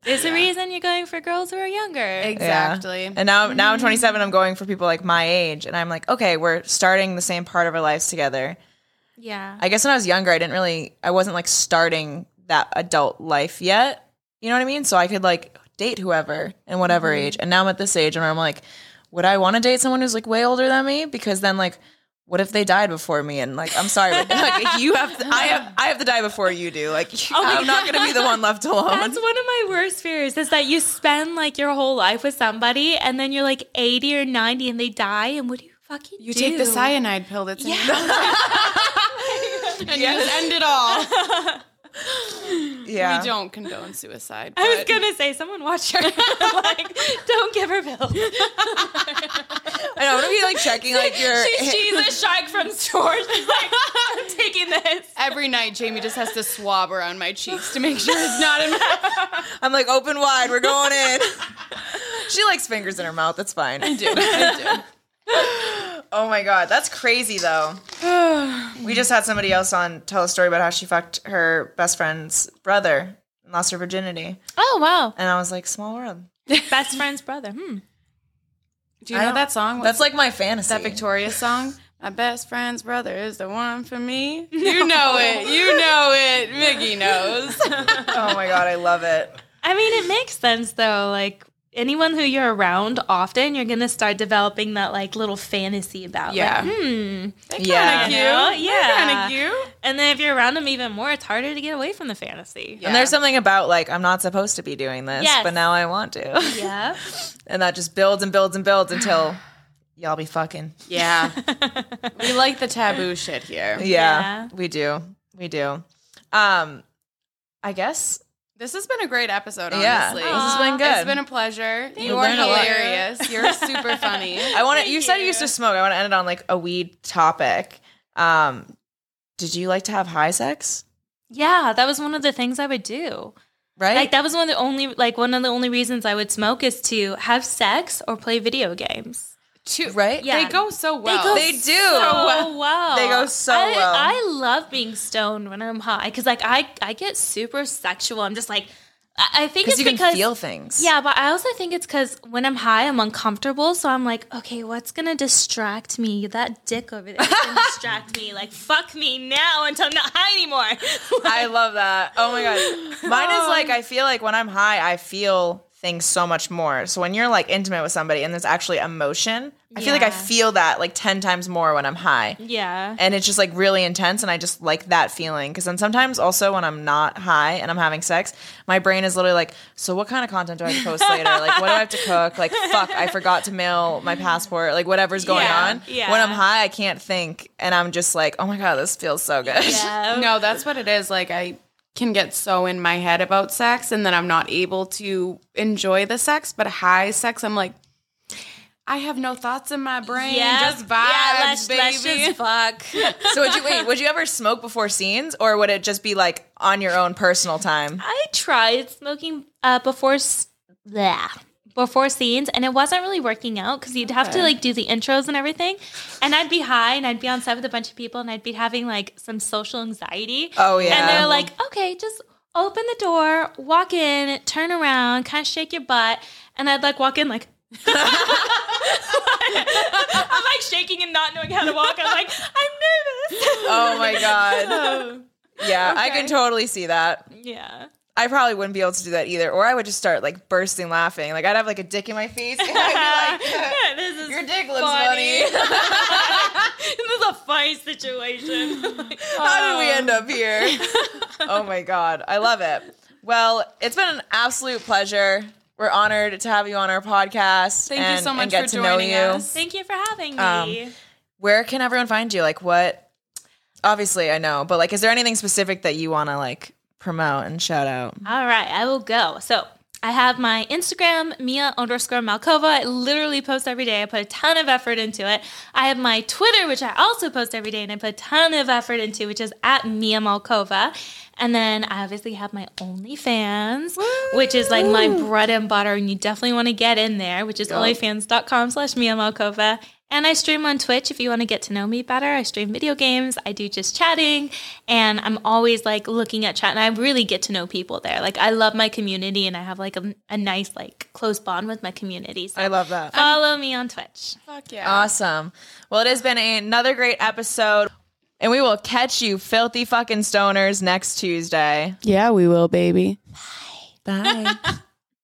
There's a reason you're going for girls who are younger.
yeah.
Exactly. Mm-hmm.
And now, now I'm 27. I'm going for people like my age, and I'm like, okay, we're starting the same part of our lives together.
yeah.
I guess when I was younger, I didn't really, I wasn't like starting that adult life yet. You know what I mean? So I could like date whoever and whatever
Mm-hmm.
age. And now I'm at this age and I'm like, would I want to date someone who's like way older than me? Because then like, what if they died before me? And like, I'm sorry, but like, you have, to, I have, I have to die before you do. Like,
Oh
I'm not going to be the one left alone.
That's one of my worst fears is that you spend like your whole life with somebody and then you're like 80 or 90 and they die and what do you fucking
you
do?
take the cyanide pill that's in your and you just end it all.
Yeah.
We don't condone suicide.
I was
but-
gonna say someone watch her. like, don't give her pills.
I know. I'm going to be like checking like your,
She's, she's a shark from Sword. She's like, I'm taking this.
Every night, Jamie just has to swab around my cheeks to make sure it's not in my.
I'm like open wide. We're going in. she likes fingers in her mouth. That's fine.
I do. I do.
Oh my god, that's crazy though. we just had somebody else on tell a story about how she fucked her best friend's brother and lost her virginity.
Oh wow,
And I was like, small world.
best friend's brother. Hmm.
Do you
I
know
don't-
that song?
That's like my fantasy.
that Victoria song. My best friend's brother is the one for me. You know it. You know it. Mickey knows.
oh my god, I love it.
I mean, it makes sense though. Like anyone who you're around often, you're gonna start developing that like little fantasy about.
Yeah.
Like, hmm.
Yeah.
You know?
Cute. Kinda
Yeah.
cute.
And then if you're around them even more, it's harder to get away from the fantasy.
Yeah.
And there's something about like I'm not supposed to be doing this,
Yes.
but now I want to.
Yeah.
and that just builds and builds and builds until y'all be fucking.
Yeah. we like the taboo shit here.
Yeah,
Yeah.
We do. We do. Um I guess
This has been a great episode, honestly.
yeah. This has been good.
It's been a pleasure. you
you.
are
Learned a lot.
hilarious. You're super funny.
I want to. You, said you
you.
used to smoke. I want to end it on like a weed topic. Um, did you like to have high sex?
Yeah, that was one of the things I would do.
Right.
Like that was one of the only like one of the only reasons I would smoke is to have sex or play video games.
Two,
right.
Yeah.
They go so well.
go
They do.
so well.
Oh, They go so
I,
well.
I love being stoned when I'm high because like I I get super sexual. I'm just like I, I think
Because
it's
you can
because
feel things.
Yeah, but I also think it's because when I'm high, I'm uncomfortable. So I'm like, okay, what's gonna distract me? That dick over there can distract me. Like, fuck me now until I'm not high anymore. Um,
I love that. Oh my god. Mine is like I feel like when I'm high, I feel things so much more. So when you're like intimate with somebody and there's actually emotion, I feel like I
Yeah.
feel that like 10 times more when I'm high.
Yeah.
And it's just like really intense and I just like that feeling cuz then sometimes also when I'm not high and I'm having sex, my brain is literally like, so what kind of content do I have to post later? Like what do I have to cook? Like fuck, I forgot to mail my passport. Like whatever's going
Yeah,
on.
yeah.
When I'm high, I can't think and I'm just like, "Oh my god, this feels so good."
Yeah.
No, that's what it is. Like I can get so in my head about sex and then I'm not able to enjoy the sex, but high sex, I'm like, I have no thoughts in my brain. Just vibes,
yeah, let's,
baby.
let's just fuck.
So would you wait? Would you ever smoke before scenes, or would it just be like on your own personal time?
I tried smoking uh, before s- blah, before scenes, and it wasn't really working out because you'd have to like do the intros and everything, and I'd be high and I'd be on set with a bunch of people and I'd be having like some social anxiety.
Oh, yeah.
and they're like, okay, just open the door, walk in, turn around, kind of shake your butt, and I'd like walk in like. I'm like shaking and not knowing how to walk. I'm like, I'm nervous.
Oh my god! Yeah, I can totally see that.
Yeah.
I probably wouldn't be able to do that either, or I would just start like bursting laughing. Like I'd have like a dick in my face. And I'd be like,
this is
Your dick looks funny.
funny. this is a funny situation. oh,
How did we end up here? Oh my god, I love it. Well, it's been an absolute pleasure. We're honored to have you on our podcast.
Thank you
and-
so
and
much
get
for
to know
joining
you.
us.
Thank you for having me.
Um, where can everyone find you? Like what obviously I know, but like is there anything specific that you wanna like promote and shout out?
All right, I will go. So I have my Instagram, Mia underscore Malkova. I literally post every day. I put a ton of effort into it. I have my Twitter, which I also post every day, and I put a ton of effort into, which is at Mia Malkova. And then I obviously have my OnlyFans, which is like my bread and butter, and you definitely want to get in there, which is onlyfans.com slash Mia Malkova. And I stream on Twitch if you want to get to know me better. I stream video games, I do just chatting, and I'm always like looking at chat and I really get to know people there. Like I love my community and I have like a, a nice like close bond with my community. So
I love that.
follow me on Twitch.
Fuck yeah.
Awesome. Well, it has been another great episode. And we will catch you filthy fucking stoners next Tuesday.
yeah, we will, baby.
Bye.